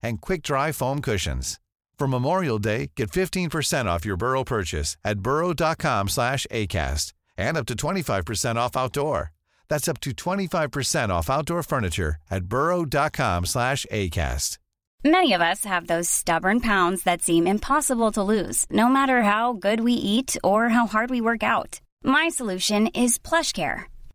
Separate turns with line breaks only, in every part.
and quick-dry foam cushions. For Memorial Day, get 15% off your Burrow purchase at burrow.com/acast and up to 25% off outdoor. That's up to 25% off outdoor furniture at burrow.com/acast.
Many of us have those stubborn pounds that seem impossible to lose, no matter how good we eat or how hard we work out. My solution is PlushCare.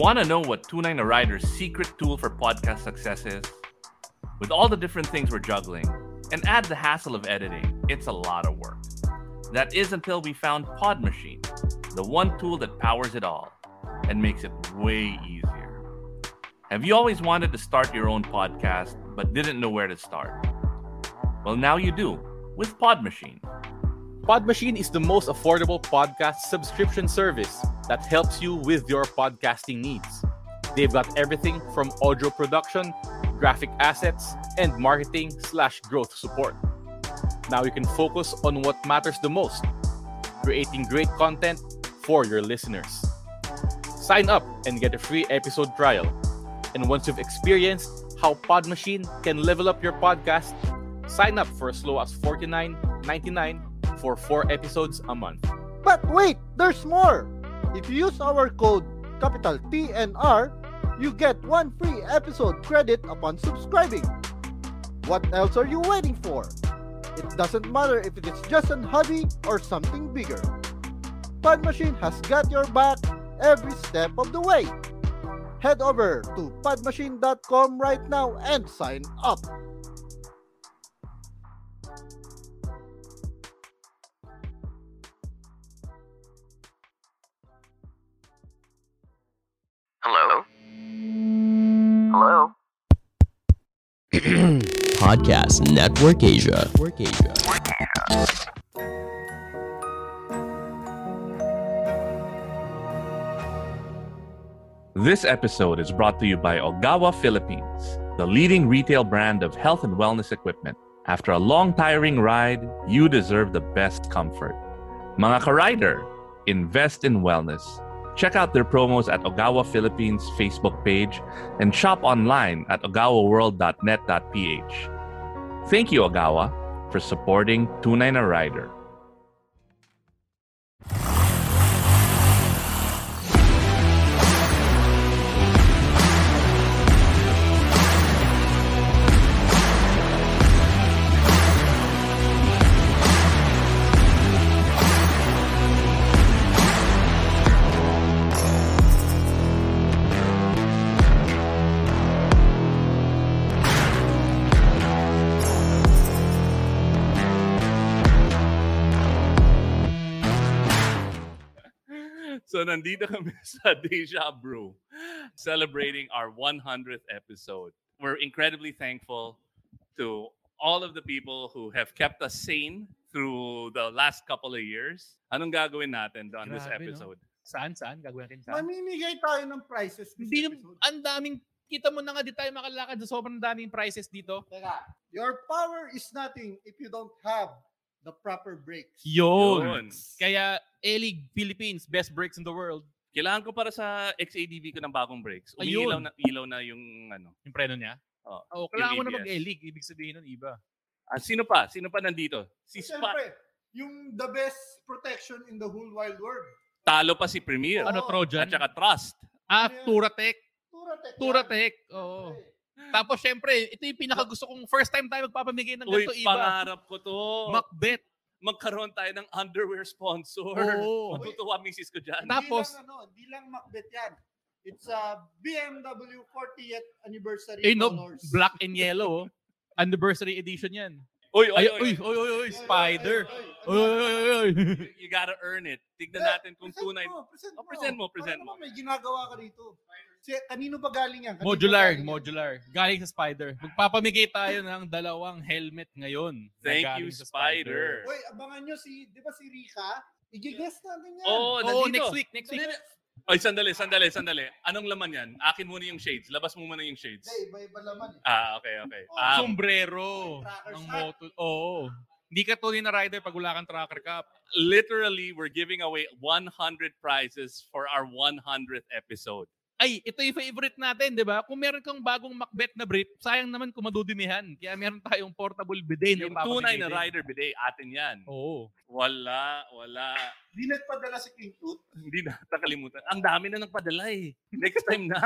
Want to know what Tunay na Rider's secret tool for podcast success is? With all the different things we're juggling, and add the hassle of editing, it's a lot of work. That is until we found Pod Machine, the one tool that powers it all and makes it way easier. Have you always wanted to start your own podcast but didn't know where to start? Well, now you do with Pod Machine.
Podmachine is the most affordable podcast subscription service that helps you with your podcasting needs. They've got everything from audio production, graphic assets, and marketing slash growth support. Now you can focus on what matters the most, creating great content for your listeners. Sign up and get a free episode trial. And once you've experienced how Podmachine can level up your podcast, sign up for as low as $49.99 for four episodes a month.
But wait, there's more! If you use our code capital PNR, you get one free episode credit upon subscribing. What else are you waiting for? It doesn't matter if it is just an hobby or something bigger. Pod Machine has got your back every step of the way. Head over to podmachine.com right now and sign up.
Hello? Hello?
Podcast Network Asia. Network Asia.
This episode is brought to you by Ogawa Philippines, the leading retail brand of health and wellness equipment. After a long, tiring ride, you deserve the best comfort. Mga ka-rider, invest in wellness. Check out their promos at Ogawa Philippines Facebook page and shop online at ogawaworld.net.ph. Thank you, Ogawa, for supporting Tunay na Rider. So nandito kami sa Deja Brew celebrating our 100th episode. We're incredibly thankful to all of the people who have kept us sane through the last couple of years. Anong gagawin natin on this
Grabe, no?
episode?
Saan, saan? Gagawin natin saan?
Mamimigay tayo ng prices this
Hindi,
episode.
nam- ang daming, kita mo na nga, di tayo makalakad. Sobrang daming prices dito.
Teka, your power is nothing if you don't have the proper breaks.
Oh,
Yun.
Kaya, A-League Philippines, best breaks in the world.
Kailangan ko para sa XADB ko ng bagong brakes.
Ayun.
Umiilaw na, ilaw na yung ano.
Yung preno niya.
Oh.
Oo, kailangan
Yung
mo na
ABS.
mag-A-League. Ibig sabihin nun, iba.
Ah, sino pa? Sino pa nandito? Si Spot.
Siyempre, yung the best protection in the whole wide world.
Talo pa si Premier.
Ano,
Oo.
Trojan?
At saka Trust.
ah,
ano yan?
Turatec.
Turatec. yan.
Turatec. Oo. Tapos, syempre, ito yung pinakagusto kong first time tayo magpapamigay ng
Uy,
ganito iba.
pangarap ko to.
Macbeth.
magkaroon tayo ng underwear sponsor.
Oo.
Matutuwa misis ko dyan.
Tapos-
Hindi lang, ano, hindi lang Macbeth yan. It's a BMW 40th anniversary
Eh, no,
honors.
black and yellow. oh. Anniversary edition yan.
Uy,
Ay, uy,
uy,
uy, uy, uy,
Ay,
spider.
ay, ay,
Uy,
ano?
uy, uy, uy.
You gotta earn it. Tignan natin kung tunay.
Present mo, present
Oh, present mo, present
Para
mo.
naman may ginagawa ka rito. Si, kanino ba galing yan? Kanino
Modular,
galing yan?
modular. Galing sa spider. Magpapamigay tayo ng dalawang helmet ngayon. na
Thank
galing
you,
sa
Spider.
Uy, abangan nyo si, di ba si Rika? I-guess natin yan.
Oo, oh,
Oo,
nandito.
next week, next week.
Ay, sandali, sandali, sandali. Anong laman yan? Akin muna yung shades. Labas mo muna yung shades.
Hindi, iba-iba laman. eh.
Ah, okay, okay.
Oh,
Ah,
Sombrero.
Tracker
Ng
sa-
moto. Oo. Hindi ka tunay na rider pag wala kang tracker cap.
literally, we're giving away 100 prizes for our 100th episode.
Ay, ito yung favorite natin, di ba? Kung meron kang bagong Macbeth na brief, sayang naman kung madudumihan. Kaya meron tayong portable bidet. na
Yung tunay
papamigay
na
din.
rider bidet, atin yan.
Oo.
Wala, wala.
Di nagpadala si King Tut.
Hindi na nakalimutan. Ang dami na nagpadala eh. Next time na.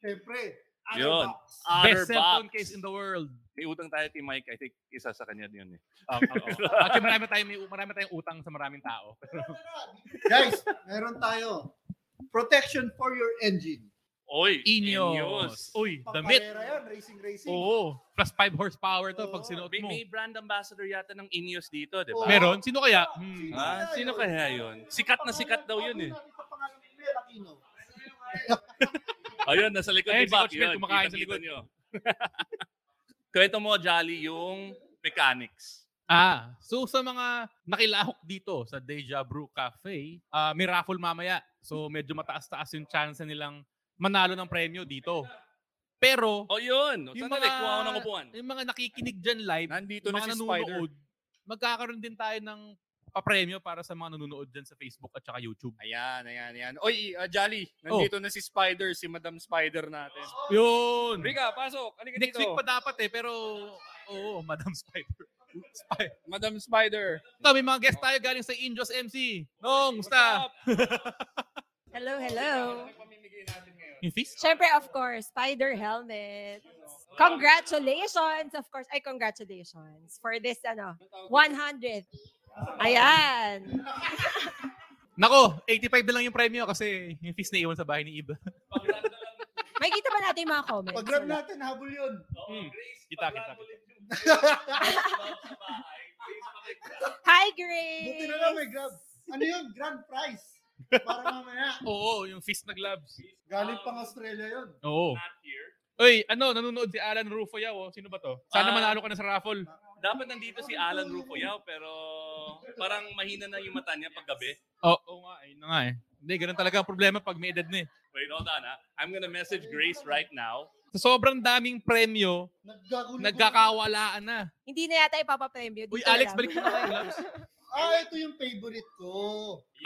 Siyempre.
Yun.
Best
Ah.
Otterbox.
cell phone case in the world.
May utang tayo kay Mike. I think isa sa kanya yun eh.
Actually, marami tayong, may- marami tayong utang sa maraming tao.
Guys, meron tayo. Protection for your engine.
Oy,
Ineos. Uy, damit.
Pamparera yan, racing racing.
Oo. Plus 5 horsepower to pag
Oo.
sinuot
May,
mo. Oh.
may brand ambassador yata ng Ineos dito, di ba?
Oo.
Meron? Sino kaya? Hmm.
Sino
Ah,
kaya
sino
yun?
kaya yun? Sikat na sikat daw yun, eh.
Bago natin sa pangalan ni Mel Aquino.
Ayun, nasa likod
Ayun,
ni
si
Buck.
Coach Mel
Yun,
kumakain sa
kita-kita
likod.
nyo. Kwento mo, Jolly, yung mechanics.
Ah, so sa mga nakilahok dito sa Deja Brew Cafe, ah may raffle mamaya. So medyo mataas-taas yung chance nilang manalo ng premyo dito. Pero
O Oh, yun. Yung Sandali, mga... kuha ko ng upuan.
yung mga nakikinig dyan live,
Nandito
yung
na
mga
si Spider.
nanonood, magkakaroon din tayo ng papremyo para sa mga nanonood dyan sa Facebook at saka YouTube.
Ayan, ayan, ayan. Oy, uh, Jolly,
Oh.
nandito na si Spider, si Madam Spider natin.
Yun!
Rika, pasok. Ano
Next week pa dapat eh, pero oo, Madam Spider. Spider.
Madam Spider.
Ito, may mga guest tayo galing sa Indios MC. Nong, musta?
Hello, hello.
Ano
Yung feast?
Siyempre, of course, spider helmet. Congratulations, of course. Ay, congratulations for this, ano, 100th. Ayan.
Nako, 85 na lang yung premyo kasi yung fees na iwan sa bahay ni Iba.
May kita ba natin yung mga comments?
Pag-grab
Wala.
natin, habol yun.
Oh,
Hmm, Kita, kita.
Hi,
Buti na lang
Grace!
may grab. Ano yun? Grand prize. Para mamaya.
Oo, yung fees na gloves.
Galing pang
Ah.
Australia yun.
Oo. Uy, ano, nanonood si Alan Rufo Yaw. Oh. Sino ba to? Sana
Ah.
manalo ka na sa raffle.
Dapat nandito si Alan Rufo Yao, pero parang mahina na yung mata niya paggabi.
Oo oh, nga, ayun na nga eh. Hindi, ganun talaga ang problema pag may edad na eh.
Wait, hold on ha. I'm gonna message Grace right now.
Sa sobrang daming premyo,
Nagkagulo.
nagkakawalaan na.
Hindi na yata ipapapremyo.
Uy,
Dito
Alex,
lang.
balik mo na yung gloves.
Ah, ito yung favorite ko.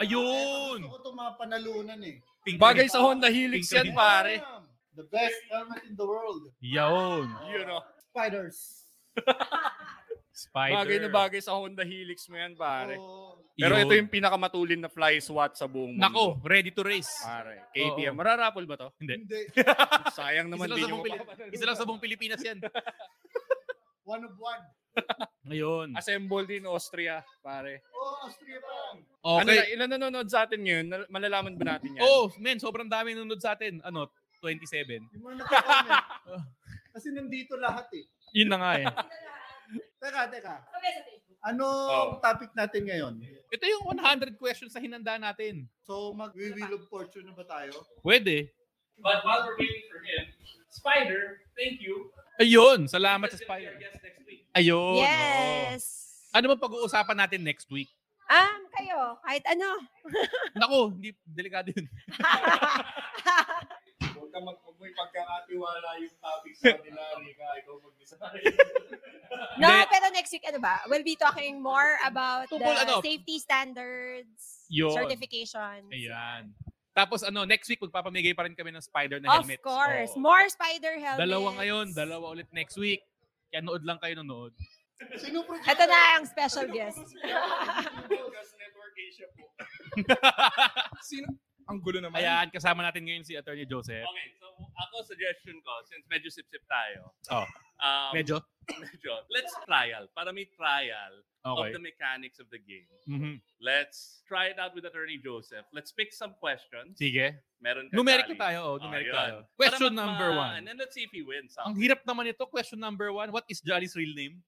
Ayun!
Gusto ko ito mapanalunan eh.
Pink
Bagay
ring.
sa Honda Helix
Pink
yan,
ring.
pare.
Damn! The best helmet in the world.
Yawn.
You know,
Spiders.
Spider.
bagay na bagay sa Honda Helix mo yan, pare.
Oh.
So,
Pero
Yun.
ito yung pinakamatulin na fly swat sa buong mundo.
Nako, ready to race.
Pare, KTM.
Oo.
Mararapol ba to?
Hindi.
hindi.
Sayang
Isa
naman
lang,
din
sa
yung
buong Pili- isa lang sa buong Pilipinas yan.
One of one.
Ayun.
assemble din Austria, pare.
Oh, Austria pa lang.
Ano na,
Okay.
ilan nanonood sa atin ngayon? Nal- Malalaman ba natin yan?
Oh, men, sobrang dami nanonood sa atin. Ano, 27.
Yung mga nakakomment. Kasi nandito lahat eh.
Yun na nga eh.
Teka, teka.
Okay, sa Facebook.
Oh.
Anong topic natin ngayon?
Ito yung 100 questions na hinanda natin.
So, mag-wheel of fortune na ba tayo?
Pwede.
But while we're waiting for him, Spider, thank you.
Ayun, salamat sa Spider.
guest next week.
Ayun.
Yes!
oo. Ano bang pag-uusapan natin next week?
Um, kayo, kahit ano.
Nako, hindi, delikado yun.
Huwag ka mag- huwag mo ipagkakatiwala yung topic sa kanila, Rika. Ikaw mag-design.
no,
Hindi.
pero next week, ano ba? We'll be talking more about
Tungkol
the
ano?
safety standards,
Yun.
certifications.
Ayan. Tapos ano, next week magpapamigay pa rin kami ng spider na
Of
helmets.
course.
Oo.
More spider helmets.
Dalawa ngayon, dalawa ulit next week. Kaya nood lang kayo nood.
Sino producer?
Ito na ang special guest.
Podcast Network Asia po.
Sino? Ang gulo naman. Ayan, kasama natin ngayon si Attorney Joseph.
Okay, so Ako, suggestion ko, since medyo sip-sip tayo.
Oh.
Um,
Medyo?
medyo. Let's trial. Para may trial
Okay.
of the mechanics of the game.
Mhm.
Let's try it out with Attorney Joseph. Let's pick some questions.
Sige.
Meron ka,
Numeric
Charlie.
na tayo, oh, numeric
yun.
tayo.
Para
Question
magma-
number one.
And then let's see if he
Ang
wins. something.
hirap naman ito. Question number one. What is Jolly's real name?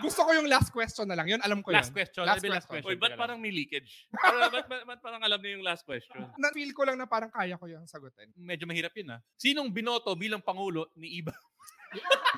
Gusto ko yung last question na lang. Yun, alam ko yun.
Last question. Last last question.
Uy, ba't parang may leakage? parang, ba't, ba't, ba't parang alam na yung last question?
Na-feel ko lang na parang kaya ko yung sagutin.
Medyo mahirap yun ah. Sinong binoto bilang pangulo ni Iba?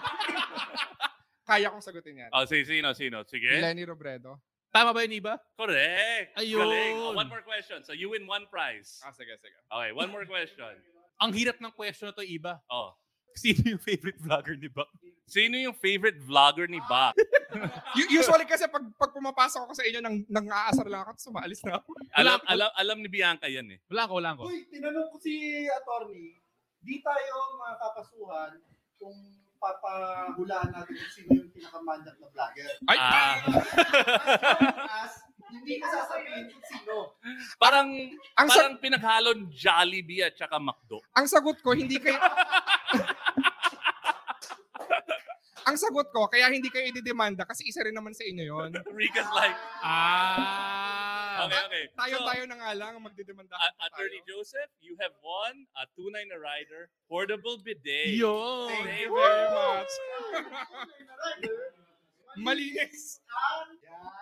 Kaya kong sagutin yan.
Oh, si, sino, sino? Sige.
Lenny Robredo.
Tama ba yun, Iba?
Correct.
Ayun.
Galing. Oh, one more question. So you win one prize. Ah,
sige, sige.
Okay, one more question.
Ang hirap ng question na to, Iba.
Oh.
Sino yung favorite vlogger ni Bak?
Sino yung favorite vlogger ni Bak?
U- usually kasi pag, pag pumapasok ako sa inyo, nang, nang aasar lang ako, tapos maalis na ako.
alam, alam, alam ni Bianca yan eh.
Wala ko, wala ko.
Uy, tinanong ko si attorney, di tayo makakasuhan kung papahulaan natin kung sino yung pinakamandat na vlogger.
Ay! Ah.
As, hindi ko sasabihin kung sino.
Parang,
Ang sa-
parang pinaghalon Jollibee at saka McDo.
Ang sagot ko, hindi kayo... ang sagot ko, kaya hindi kayo ididemanda kasi isa rin naman sa inyo yon.
Rika's like,
Ah!
okay, okay.
Tayo-tayo na nga lang ang magdidemanda.
A- Attorney Joseph, you have won a tunay na rider, portable bidet.
Yun.
Thank you
Woo!
very much.
Malinis!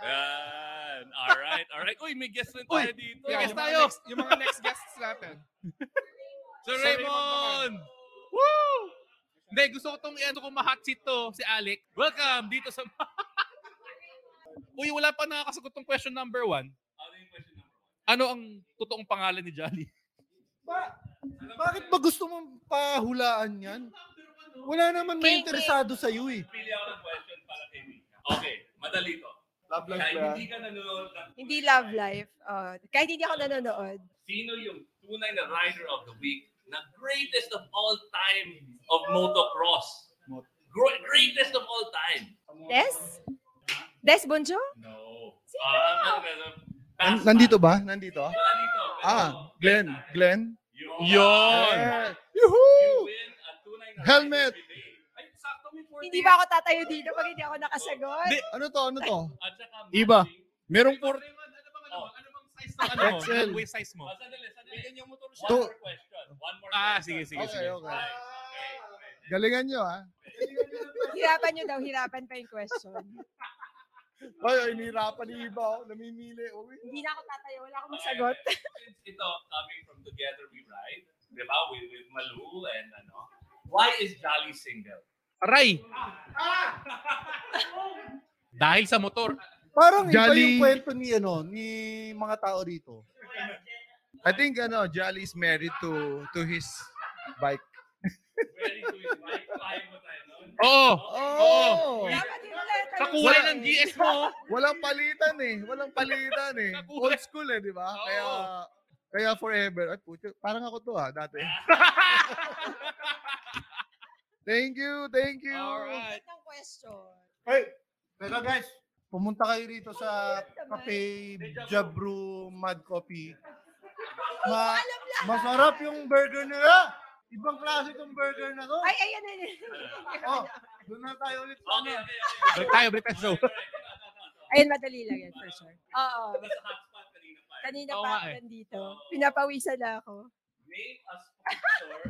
Yan. All right, all right. Uy, may guest rin tayo dito.
Kaya yung mga next- yung mga next guests natin.
Sir
Sir
Raymond! Woo! Hindi, gusto ko tong ano ko ma-hot seat to, si Alec. Welcome dito sa... Uy, wala pa nakakasagot tong question number one. Ano ang totoong pangalan ni Jolly?
Ba- bakit ba gusto mong pahulaan yan? Wala naman may interesado sa iyo eh.
Pili ako ng question para kay Mika. Okay, madali to.
Love life
Kahit
ba?
hindi ka nanonood ng
Hindi love life. Oh, kahit hindi ako nanonood.
sino yung tunay na rider of the week na greatest of all time of motocross? Gro- greatest of all time.
Des? Des Bonjo?
No. Ah, ano, ano,
Nan- Nandito ba? Nandito? Ah, Glenn. Glenn?
Yon!
Yuhu!
Helmet!
Hindi ba ako tatayo dito pag hindi ako nakasagot?
Ano to? Ano to?
At saka,
Iba. Merong por...
Ano mo?
Excel.
Ano yung size mo?
Ah, sandali, sandali. One
To-
more question. One more
Ah,
question.
sige, sige, sige.
okay. Galingan nyo, ha?
Hirapan nyo daw, hirapan pa yung question.
Ay, ay, nihirapan ni Iba. oh. Namimili. Uy.
Hindi na ako tatayo, wala akong masagot.
Since ito, coming from Together We Ride, di ba, with, with Malul and ano, why is Jolly single?
Aray! Dahil sa motor.
Parang iba yung
Jolly-
kwento ni ano, ni mga tao rito.
I think, ano, Jolly is married to to his bike.
Oo!
Oh!
Dapat yun lang.
Sa kulay ng GS mo!
Walang palitan eh. Walang palitan eh. Old school eh, di ba? Kaya kaya forever. At puto, parang ako to ha, dati. thank you, thank you.
Alright.
Ang question.
Hey, pero guys, pumunta kayo rito sa Cafe Jabru Mad Coffee. Ma masarap yung burger nila. Ibang klase tong burger na to.
Ay, ay, ano, ano.
Oh, doon na tayo ulit. sa ano.
Balik tayo, balik tayo sa show.
Ayun, madali lang yan, for sure. Oo. Kanina
Oo
pa
nga
ako
eh.
nandito. Pinapawisan na ako.
Name a sponsor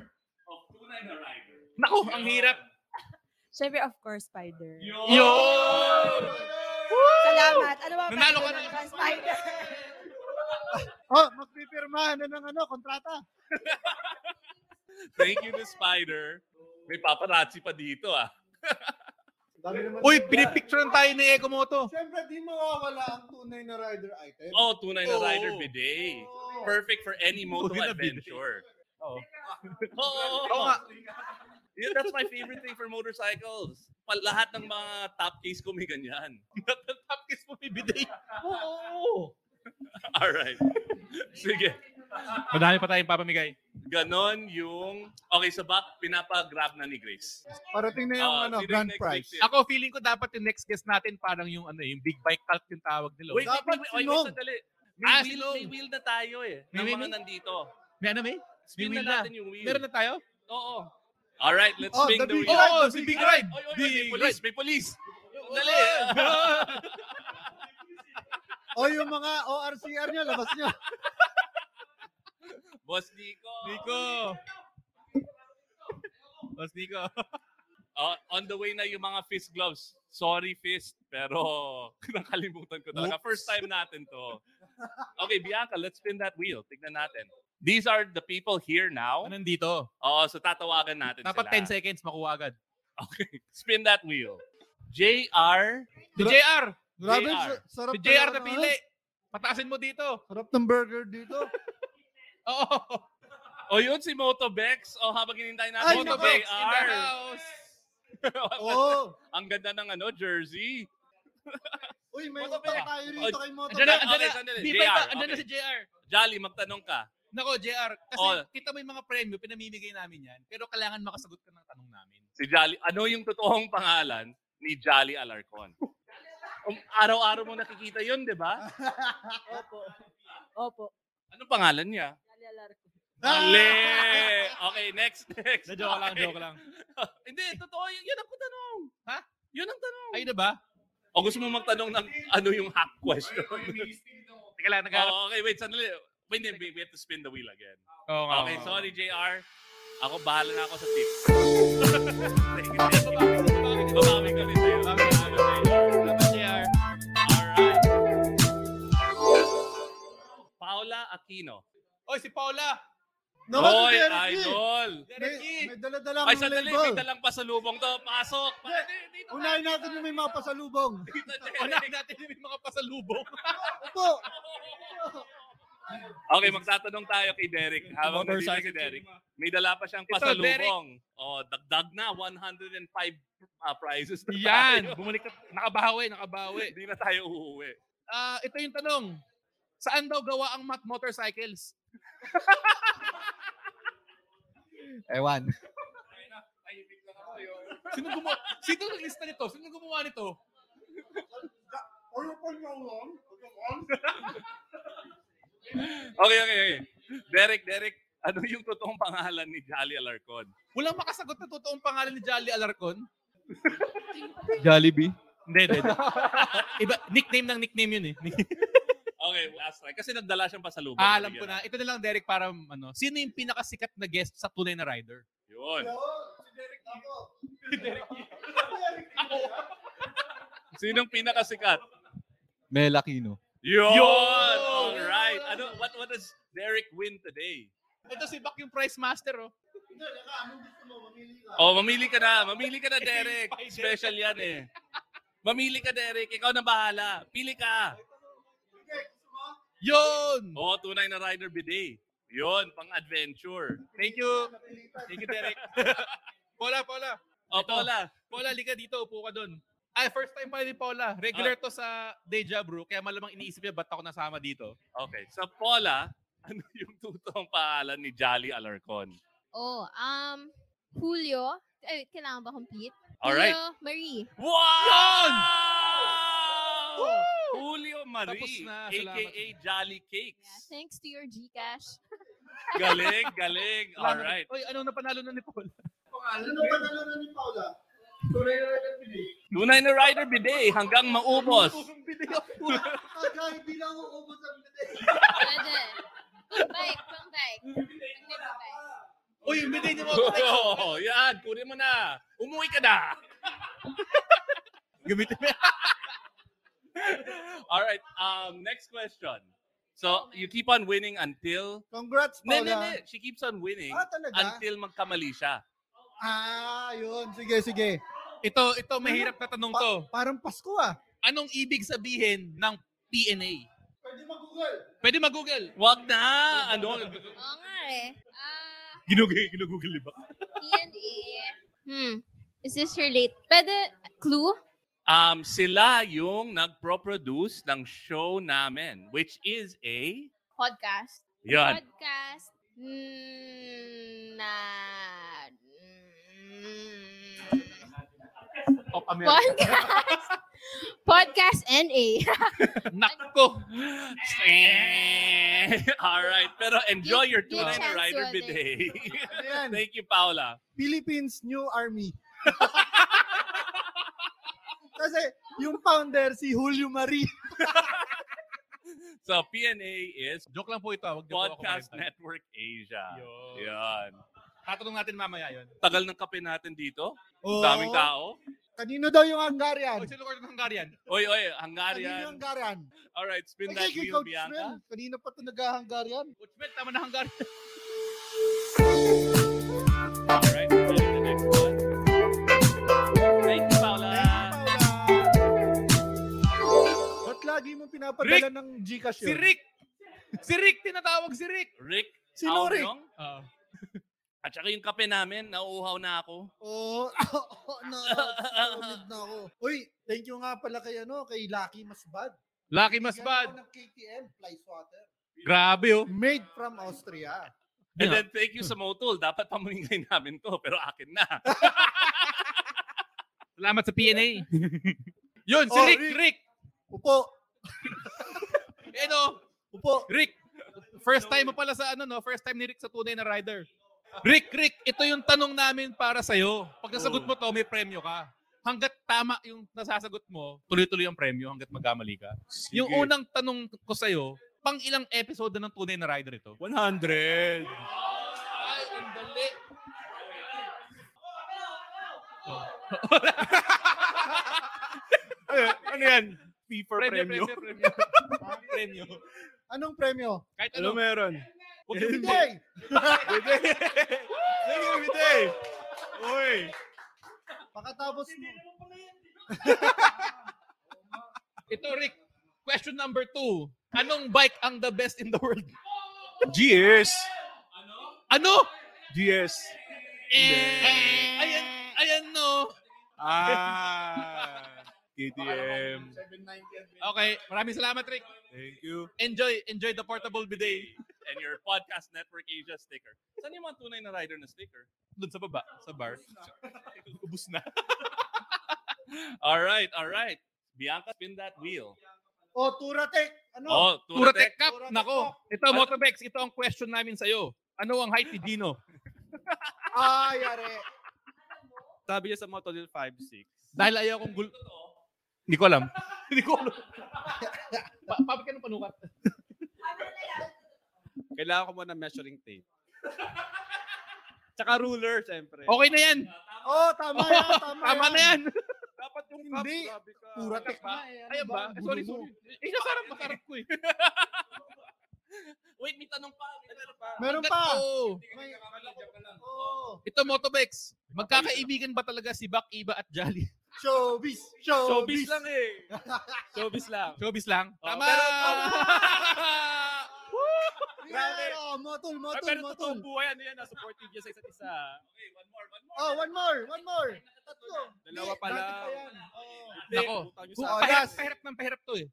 of Tunay na Rider.
Naku, ang hirap.
Siyempre, of course, Spider.
Yun!
Salamat. Ano ba?
Nanalo ka
pangalan
ng
ng Spider.
Oh, magpipirmahan na ng ano, kontrata.
Thank you to Spider. May paparazzi pa dito ah.
Dami naman
Uy,
sila.
pinipicturean tayo ni Eko Moto.
Siyempre, di mawawala ang tunay na rider item.
Oh, tunay na
Oo.
rider bidet.
Oo.
Perfect for any moto
Tunay na bidet.
adventure.
Oo.
Oo.
Oo nga.
Yeah, that's my favorite thing for motorcycles. Pa- lahat ng mga top case ko may ganyan.
Top kiss mo may bidet. Oo.
All right. Sige.
Madami pa tayong papamigay.
Ganon yung... Okay, sa back, pinapa-grab na ni Grace.
Parating na yung
Ah,
ano,
sino yung
grand
next
prize.
victim?
Ako feeling ko dapat yung next guest natin parang yung ano, yung big bike cult yung tawag nila. oh.
Wait, wait,
Dapat
wait, wait,
sinog.
wait, sandali. May,
Ah,
wheel,
sinog.
may wheel na tayo eh.
May-
Ng
may-
mga
may-
nandito.
may ano may?
Spin
wheel
na
na.
natin yung wheel.
Meron na tayo? Oo.
All right, let's
Oh,
swing
the
the,
big
wheel.
ride, the big ride.
Oy, oy, oy, may
Big
police,
ride.
may police.
Dali.
o Oh, yung mga ORCR niya, labas niya.
Boss Nico.
Nico. Boss Nico.
Uh, on the way na yung mga fist gloves. Sorry, fist. Pero nakalimutan ko talaga.
Whoops.
First time natin to. Okay, Bianca, let's spin that wheel. Tignan natin. These are the people here now.
Nandito.
Oo, so tatawagan natin
Ano? Dapat
sila.
10 seconds, makuha agad.
Okay, spin that wheel. JR.
Si JR.
Grabe, sa-
sarap
Si JR na
talaga ng
pili. Pataasin mo dito.
Sarap ng burger dito.
Oo.
O Oh, yun, si Moto Bex. O habang hinintay natin.
Ay,
si
Moto
Bex in the
JR.
house.
Oo.
Ang ganda ng ano, jersey.
Uy, may utang tayo
Oh,
rito kay Moto.
Andiyan na,
Bex.
andiyan na.
Okay, sandali.
Di ba,
JR,
ba- Andiyan na
okay.
si JR.
Jolly, magtanong ka.
Nako, JR. Kasi
Oh.
kita mo yung mga premyo, pinamimigay namin yan. Pero kailangan makasagot ka ng tanong namin.
Si Jolly, ano yung totoong pangalan ni Jolly Alarcon? Um, araw-araw mo nakikita yun, di ba?
Opo. Opo.
Anong pangalan niya?
Lalalaro ko.
Mali! Okay, next, next.
Na joke lang,
Okay.
joke lang.
Hindi, totoo. Yun, yun ang tanong.
Ha?
Yun ang tanong.
Ay, na ba?
O gusto mo magtanong ng ano yung hack question?
Teka lang, naghahanap.
Oh, okay, wait, sandali. Wait, we we have to spin the wheel again.
Oo nga,
Okay,
oo nga.
sorry, JR. Ako, bahala na ako sa tip. Babawi kami sa'yo. Babawi kami sa'yo.
Salamat, JR.
Alright. Paula Aquino.
Oy, si Paula.
Naku, si
Hoy,
Derek G.
idol!
May,
Derek G.
may dala-dala
Ay,
akong
sandali,
label.
may dalang pasalubong to. Pasok! Pa-
Hindi, Unahin natin yung may mga pasalubong.
Dito, Derek.
Unahin natin yung mga pasalubong.
Opo.
Okay, magtatanong tayo kay Derek. Habang nandito si Derek, may dala pa siyang
Ito,
pasalubong. Oh, dagdag na, 105 ah, prizes na
Yan.
tayo.
Bumalik na. Nakabawi, nakabawi.
Hindi na tayo uuwi.
Ah, ito yung tanong. Saan daw gawa ang Mack Motorcycles?
Ewan.
Sino gumawa? Sino naglista nito? Sino gumawa nito?
Okay, okay, okay. Derek, Derek, ano yung totoong pangalan ni Jolly Alarcon?
Walang makasagot na totoong pangalan ni Jolly Alarcon?
Jollibee.
Hindi, hindi. Iba, nickname ng nickname yun eh.
Okay, last try. Kasi nagdala siyang pasalubong.
ah, alam
Bigyan
ko na. Ito na lang, Derek, para ano. Sino yung pinakasikat na guest sa tunay na rider?
Yun. Sinong pinakasikat?
Mel Aquino.
Yun!
Yun!
Alright. Ano, what, what does Derek win today?
Ito si Buck yung prize master, oh.
Oh, mamili ka na. Mamili ka na, Derek.
By Derek.
Special yan eh. Mamili ka, Derek. Ikaw na bahala. Pili ka.
Yun!
Oh, tunay na rider bidet. Yun, pang-adventure.
Thank you. Thank you, Derek. Paula, Paula.
Oh,
Ito.
Paula.
Paula, liga dito. Upo ka doon. Ay, first time pala ni Paula.
Ah.
Regular to sa Deja Brew. Kaya malamang iniisip niya, ba't ako nasama dito?
Okay. Sa Paula, ano yung totoong pangalan ni Jolly Alarcon?
Oh, um, Julio. Ay, wait, kailangan ba complete?
Alright.
Julio Marie.
Wow! Julio Marie,
Tapos na, salamat.
aka Jolly Cakes.
Yeah, thanks to your Gcash.
Galing, galing.
Wala
All
na-
right.
Uy, ano na panalo na ni Paula?
Ano ba dala na ni Paula? Tunay na lang pili.
Tunay na rider bidet hanggang maubos.
Kagay, di lang uubos ang bidet.
Pwede. Pang bike, pang bike. Pang may pang bike.
Uy, yung bidet niya mga prize.
Oo, yan. Kunin mo na. Umuwi ka na.
Gamitin mo.
All right. Um, next question. So, you keep on winning until...
Congrats,
No, no,
Paula.
no. She keeps on winning
Ah, talaga?
until magkamali siya.
Ah, yun. Sige, sige.
Ito, ito, mahirap na tanong to.
Pa- parang Pasko ah.
Anong ibig sabihin ng PNA?
Pwede mag-google.
Pwede mag-google.
Wag na. Ano?
Oo nga eh. Ah,
Ginugugil, ginugugil ba?
DNA. Hmm. Is this relate? Pwede, clue?
Um, sila yung nagpro-produce ng show namin, which is a...
Podcast.
Yan.
Podcast. Mm, na... mm,
Of America.
podcast. podcast NA.
Nako.
Eh, all right. Pero enjoy your
Give- give
tunay na
chance
rider
ulit.
bidet. Thank you, Paula.
Ano Philippines New Army. Kasi yung founder si Julio Marie.
So, PNA is
Joke lang po ito. Wag niyo po ako
Podcast
kumain.
Network Asia.
Yun.
Yan.
Tatanong natin mamaya yun.
Tagal ng kape natin dito.
Oo.
Ang Daming tao.
Kanino daw yung Hungarian?
Oy, Oh, sino ko ng Hungarian? Ano
Oy, oy,
Kanino yung
Hungarian.
Hungarian?
All right, spin
Ay,
that
kay
wheel,
Coach
Bianca.
Mel. Kanino pa ito nag-Hungarian?
Coach Mel, tama na Hungarian.
All right, on to the next one. Thank you, Paula.
Ba't lagi mong pinapadala ng Gcash yun?
Si Rick! Si Rick! Tinatawag si Rick!
Rick.
Sino Rick?
Aognong.
Oh.
At saka yung kape namin, nauuhaw na ako.
Oo. Oh, na, solid na ako. Uy, thank you nga pala kay, ano, kay Lucky Masbad.
Lucky Masbad.
Bigyan ako ng KTM, fly swatter.
Grabe oh.
Made from Austria.
And then thank you sa Motul. Dapat pamulingay namin to, pero akin na.
Salamat sa PNA. Yun, si
Oh,
Rick,
Rick.
Rick.
Upo.
Ano?
Upo.
Rick. First time mo pala sa ano no? First time ni Rick sa tunay na rider. Rick, Rick, ito yung tanong namin para sa'yo. Pag nasagot mo to, may premyo ka. Hanggat tama yung nasasagot mo, tuloy-tuloy ang premyo hanggat magkamali ka. Yung unang tanong ko sa'yo, pang ilang episode na ng tunay na rider ito?
100.
Ay, ang dali.
ano yan? Fee for
Premyo,
premyo.
premyo, premyo. premyo.
Anong premyo?
Kahit
ano meron?
Huwag
yung bidet.
Bidet. Sige, bidet. Uy.
Pakatapos mo.
Ito, Rick. Question number two. Anong bike ang the best in the world?
GS.
Ano?
GS.
Eh, ayan, ayan no.
Ah. KTM.
Okay, maraming salamat, Rick.
Thank you.
Enjoy, enjoy the portable bidet.
And your Podcast Network Asia sticker. Saan yung mga tunay na rider na sticker?
Doon sa baba, sa bar. Ubus na.
All right, all right. Bianca, spin that wheel.
O, Turatek. Ano?
Oh,
Turatec
Turatec.
Cup, nako. Ito,
Ano-
Motobex, ito ang question namin sa'yo. Ano ang height ni Dino?
Ay, are.
Sabi niya sa Motodil 5'6".
Dahil ayaw kong gul... Hindi ko alam. Hindi ko alam. pa Papi ka ng panukat.
Kailangan ko muna measuring tape. Tsaka ruler, syempre.
Okay na yan.
Oh, tama yan. Tama,
Tama na yan.
Dapat yung
Hindi.
Ano
Turatek na eh.
Ayan ba? Sorry, sorry. Eh, nasarap, masarap ko eh.
Wait, may tanong pa.
Ano
May tanong pa.
Meron Ano pa.
Oo.
Oh.
oh. Ito, Motobex. Magkakaibigan ba talaga si Bak Iba at Jolly?
Showbiz.
Showbiz
Showbiz.
lang eh. Showbiz lang.
Showbiz lang.
Oh,
Tama!
pero- Grabe.
Yeah, oh, motul,
Ay,
motul,
pero
motul.
totoong buhay, ano yan, ah, supportive yan sa isa't isa.
Okay, one more, one more.
Oh, one more, one more. Tatlo.
Dalawa
Hindi,
pa
dati
lang.
yan. Oo.
Hindi,
Nako.
utang niyo sa
Oh,
akin.
Pahirap,
yes.
pahirap ng pahirap to eh.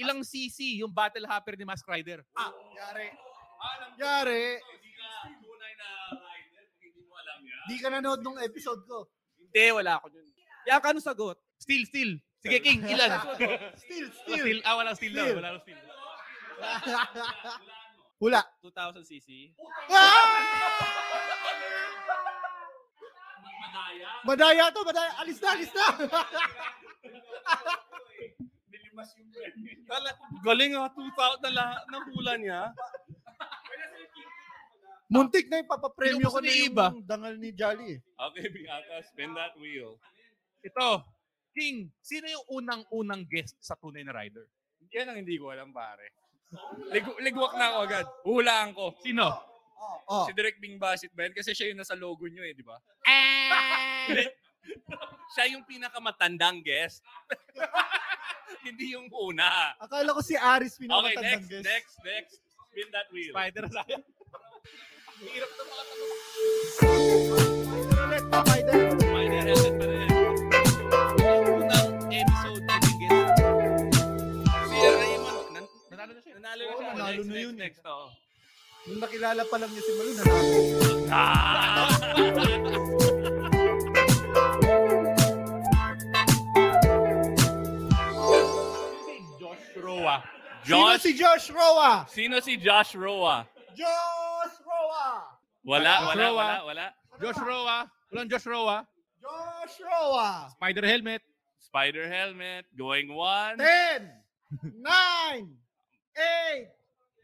Ilang CC yung battle hopper ni Mask Rider?
Ah, yari.
Ah, Alam ko,
Yari.
hindi ka tunay na rider kung hindi mo alam yan.
Di ka nanood nung episode ko.
Hindi, wala ako yun. Yan, kano sagot?
Still, still. Sige, King, ilan?
Still,
Wala
still.
still. Ah, wala still, daw.
Still.
Wala nang still.
Hula.
2,000cc.
Madaya.
Madaya to, madaya. Alis na, alis na.
Nilimas yung brand.
Tala, galing ah, 2,000 na lahat ng hula niya.
Muntik na yung papapremyo
Yung
ko na
ni
yung
Iba.
dangal ni Jolly. eh.
Okay, Bianca, spin that wheel.
Ito. King, sino yung unang-unang guest sa tunay na rider?
Yan ang hindi ko alam, pare. Ligu- ligwak na ako agad. Hulaan ko.
Sino?
Oh.
Si Direk Bing Basit ba yan? Kasi siya yung nasa logo niyo eh, di ba?
Siya yung pinakamatandang guest. hindi yung una.
Akala ko si Aris
Okay,
pinakamatandang
next,
guest.
next, next. Spin that wheel.
Spider sa akin.
Ulit, Spider.
Spider helmet pa rin.
Unang episode ni guest.
Si Raymond. nan-
Nanalo na siya.
Nanalo na
Oo,
siya.
nanalo
next,
na
next,
yun eh.
next. oo.
Nung nakilala pa lang niya si ano? Malu, nanalo.
Ah!
Josh Roa.
Sino
Josh?
si Josh Roa?
Sino si Josh Roa?
Josh Roa!
Wala, wala,
Joshua.
wala, wala.
Josh Roa. Walang Josh Roa.
Josh Roa!
Spider helmet.
Spider helmet, going one.
10, 9, 8,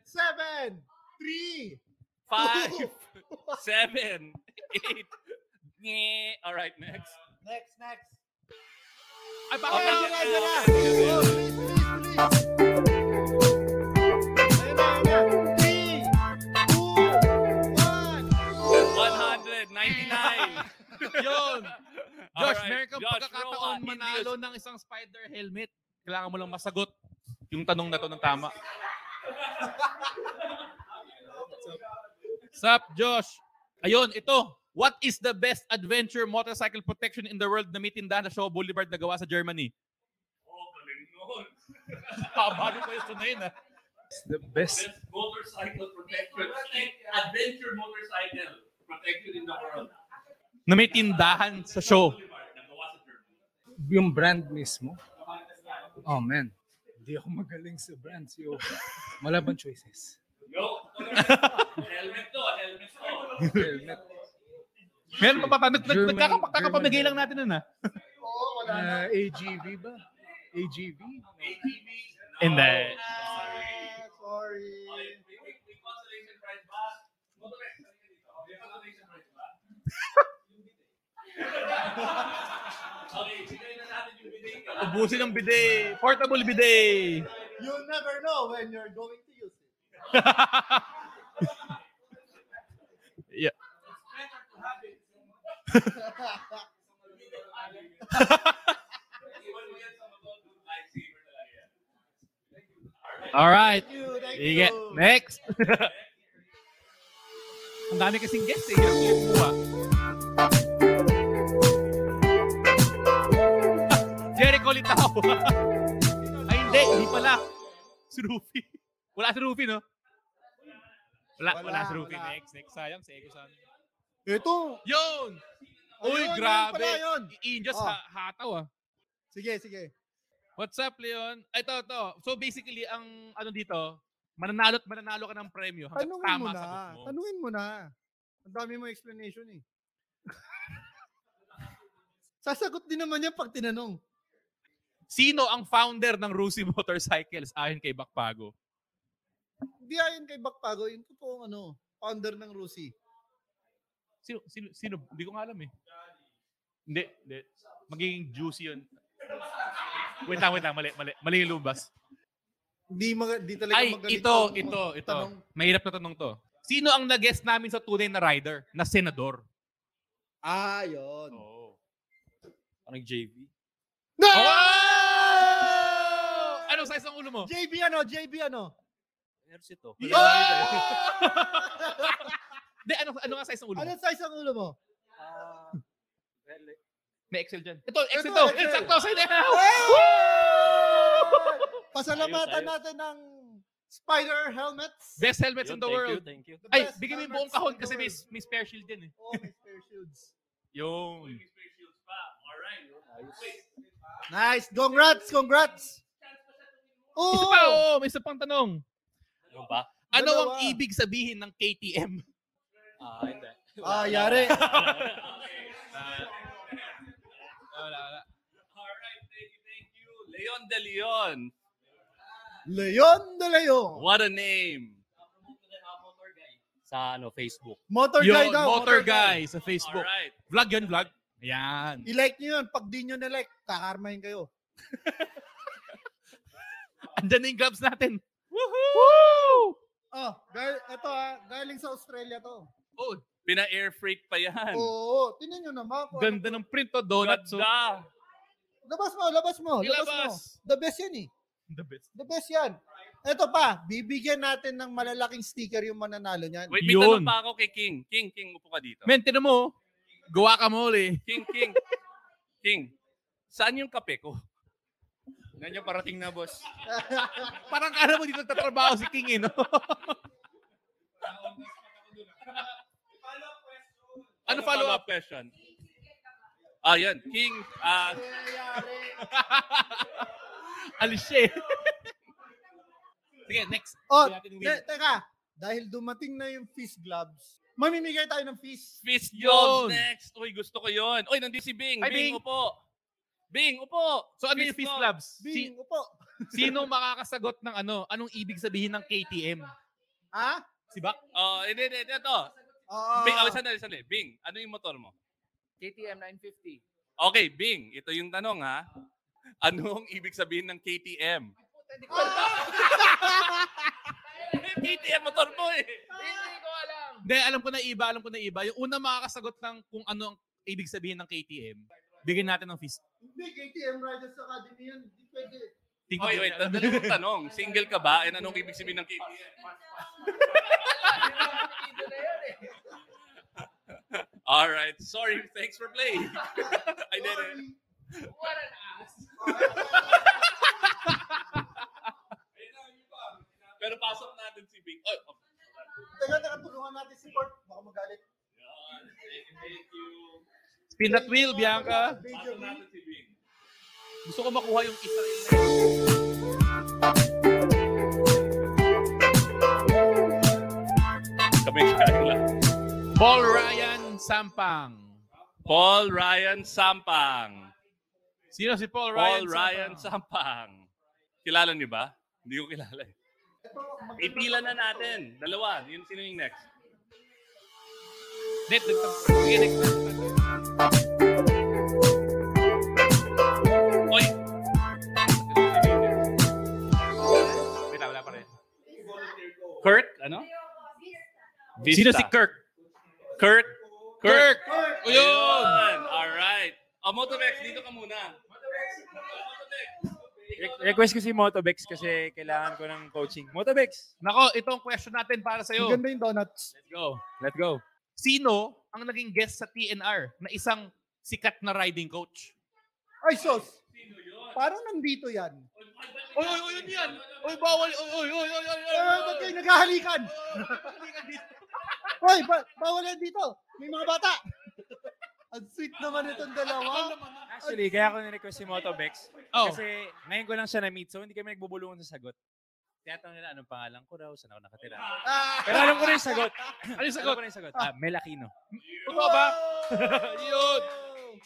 7, 3,
Five, seven, eight. Nye. All right, next.
Next, next. Oh,
Ay,
baka okay, yun na, yun na. Three, two, one.
199.
Yun. Josh, meron kang
Josh
pagkakataon
Roa,
manalo ng isang spider helmet. Kailangan mo lang masagot yung tanong na to ng tama. Sup, Josh? Ayun, ito. What is the best adventure motorcycle protection in the world na may tindahan na Shaw Boulevard na gawa sa Germany?
Oh,
Tama yung question na yun, ah.
The best.
motorcycle protection. Adventure motorcycle protection in the world.
Na may tindahan sa show.
Yung brand mismo. Oh, man. Hindi ako magaling sa brands. Yo. Wala bang choices?
Yo! helmet to, helmet to.
Helmet.
Meron pa pa. nag- nag-
German-
nagkaka- Kakapamigay lang natin nun, ah.
Ah, AGV ba? AGV?
And then, ubusin ang bidet. Portable bidet.
You'll never know when you're going to use it.
yeah. All right.
Thank you, thank
You get
you.
next. Ang dami kasing guest eh. Hirap yung kuha. Jericho Litaw. Ay, hindi. Hindi pala. Si Rufy. Wala si Rufy, no? Wala, wala,
Wala,
si Rufy.
wala.
Next, next. Sayang, si Ego sa amin.
Ito.
Yun! Uy,
Ayun, yun
grabe.
pala yun.
I- Ian, just
Oh.
ha- hataw ah.
Sige, sige.
What's up, Leon? Ito, ito. So basically, ang ano dito, mananalo at mananalo ka ng premyo hanggang
Tanungin mo
Oh, tama
na.
sagot mo.
Tanungin mo na. Ang dami mo explanation eh. Sasagot din naman yan pag tinanong.
Sino ang founder ng Rusi Motorcycles ayon kay Bakpago?
Hindi ayon kay Bakpago, yung totoong ano, founder ng Rusi.
Sino, sino, sino? Hindi ko nga alam eh. Hindi, hindi. Magiging juicy yun. Wait lang, wait lang. Mali, mali. Mali yung lubas.
Hindi, mag- di talaga
Ay,
magaling
ito,
mag-
ito, ito.
magtanong.
Mahirap na tanong to. Sino ang nag-guest namin sa tunay na rider na senador?
Ah, yun.
Oh.
Parang JV.
No!
Ano sa isang ulo mo?
JB ano, JB ano?
Meron ito.
Hindi, ano, ano nga size ng ulo
Ano
mo?
size ang ulo mo?
May Excel dyan. Ito, Excel
Ito,
to.
Excel.
Exacto, sa'yo na.
Hey!
Woo!
Pasalamatan
Ayos, ayos.
natin ng spider helmets.
Best helmets in
Yun,
the
thank
world.
you, thank you. The
Ay,
best
bigyan mo yung
helmets
buong kahon
in the
kasi may,
world.
may spare shield yan eh.
Oh, may spare shields.
Yung.
Nice. Congrats, congrats.
Isa
Oh,
pa, oo, may isa pang tanong.
Ano ba?
Ano ang
Dalawa.
ibig sabihin ng KTM?
Ah, hindi.
Ah, yari.
Wala, wala.
Leon de Leon.
Leon de Leon.
What a name. Sa ano, Facebook.
Motor guy
Yun,
daw.
Motor guy sa Facebook.
Alright.
Vlog yun, vlog. Ayan.
I-like nyo yun. Pag di nyo na-like, kakarmahin kayo.
Andyan na yung gloves natin. Woohoo!
Oh, gal ito ah, galing sa Australia to.
Oh,
Pina-air freight pa yan.
Oh,
Oo, tinan nyo naman. kung ano.
Ganda ng print to, donut. So,
Ganda.
Labas mo, labas mo, labas mo.
Ilabas.
The best yan eh.
the best.
The best yan. Ito pa, bibigyan natin ng malalaking sticker yung mananalo niyan.
Wait, may
Yun.
tanong pa ako kay King. King, King, upo ka dito.
Men, tinan mo. oh. Gawa ka mo ulit.
King, King. King, saan yung kape ko?
Nandiyan parating na, boss.
Parang alam mo dito tatrabaho si King eh, no? Ano follow-up?
question? Ah, yan. King, ah,
Alis siya eh. Sige, next.
Oh,
Sabi natin win.
te- teka. Dahil dumating na yung fist gloves, mamimigay tayo ng fist.
Fist
Yun.
gloves next. Uy, gusto ko yun. Uy, nandito si Bing.
Ay,
Bing,
Bing.
upo. Bing, upo.
So ano yung fist gloves? Si-
Bing, upo.
Sino makakasagot ng ano? Anong ibig sabihin ng KTM?
Ha?
Si Bak?
Oh, hindi, hindi, hindi. Ito.
Ah,
Bing, oh, sandali, sandali. Bing, ano yung motor mo?
KTM 950.
Okay, Bing, ito yung tanong ha. Anong ibig sabihin ng KTM? KTM motor mo eh.
Hindi ko alam.
Hindi, alam ko na iba, alam ko na iba. Yung una makakasagot ng kung ano ang ibig sabihin ng KTM, bigyan natin ng fist.
Hindi, KTM Riders Academy yan. Hindi pwede.
Tingin
Oy,
ko-
wait, dalawang tanong. Single ka ba? And anong ibig sabihin ng KTM? All right, sorry. Thanks for playing. I did it.
What an ass.
Pero pasok natin si Bing. Oy, oh.
Teka, teka, tulungan natin si Port. Baka magalit.
Thank you.
Spin that wheel, Bianca.
Pasok natin si Bing.
Gusto ko makuha yung isa.
Kami kaya
Paul Ryan Sampang.
Paul Ryan Sampang.
Sino si ano? Paul Ryan
Paul Ryan Sampang. Kilala niyo ba? Hindi ko kilala. eh. Ipila na natin. Dalawa. Yun sino yung next?
Net, sige, next.
Oy!
Wait, wala pa rin.
Kirk? Ano?
Sino si Kirk?
Kirk?
Kirk!
Kirk! Ayun! Ayun! Alright.
Oh,
O, Motomex, dito ka muna.
Request ko si Motobex kasi kailangan ko ng coaching. Motobex!
Nako, itong question natin para sa'yo.
Maganda yung donuts.
Let's go.
Let's go.
Sino ang naging guest sa TNR na isang sikat na riding coach?
Ay, sos. Parang nandito yan.
Oy, oy, oy, yun yan. Oy, bawal. Oy, oy, oy, oy, oy.
Eh, ba't kayo naghahalikan? Hoy, ba bawal yan dito. May mga bata. Ang sweet naman itong dalawa.
Actually, kaya ako nirequest si Motobex.
Oh.
Kasi ngayon ko lang siya na-meet, so hindi kami nagbubulungan sa sagot. Tinatanong nila anong pangalan ko raw, saan ako nakatira.
Ah.
Pero alam ko na yung sagot.
Ano yung sagot?
Alam ko na yung sagot. Ah, Mel Aquino.
Totoo ba? Yun.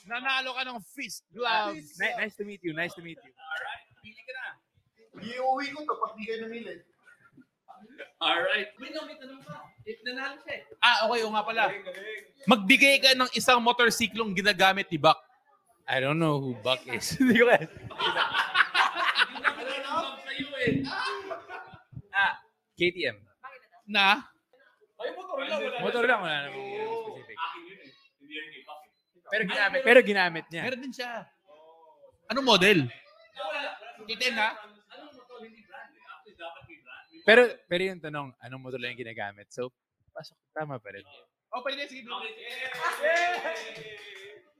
Nanalo ka ng fist
Ah,
gloves.
ni- nice to meet you, nice to meet you.
Iuwi ko to pag di kayo namili.
Alright.
Wait, no, may tanong pa. If nanalo siya eh.
Ah, okay. Oo nga pala. Magbigay ka ng isang motorsiklong ginagamit ni Buck.
I don't know who Buck is. Hindi ko alam. Ah, KTM.
Na?
Ay, motor
Motor lang, wala namang specific.
Akin yun eh. Hindi yan kay Papi.
Pero ginamit, pero ginamit niya.
Meron din siya. Anong model? Kitin ha?
Anong motor? Hindi brand. eh. Actually, dapat may brand. May-
Pero, pero yung tanong, anong motor lang yung ginagamit? So, pasok, tama pa rin.
Oh, pwede. Sige.
Okay.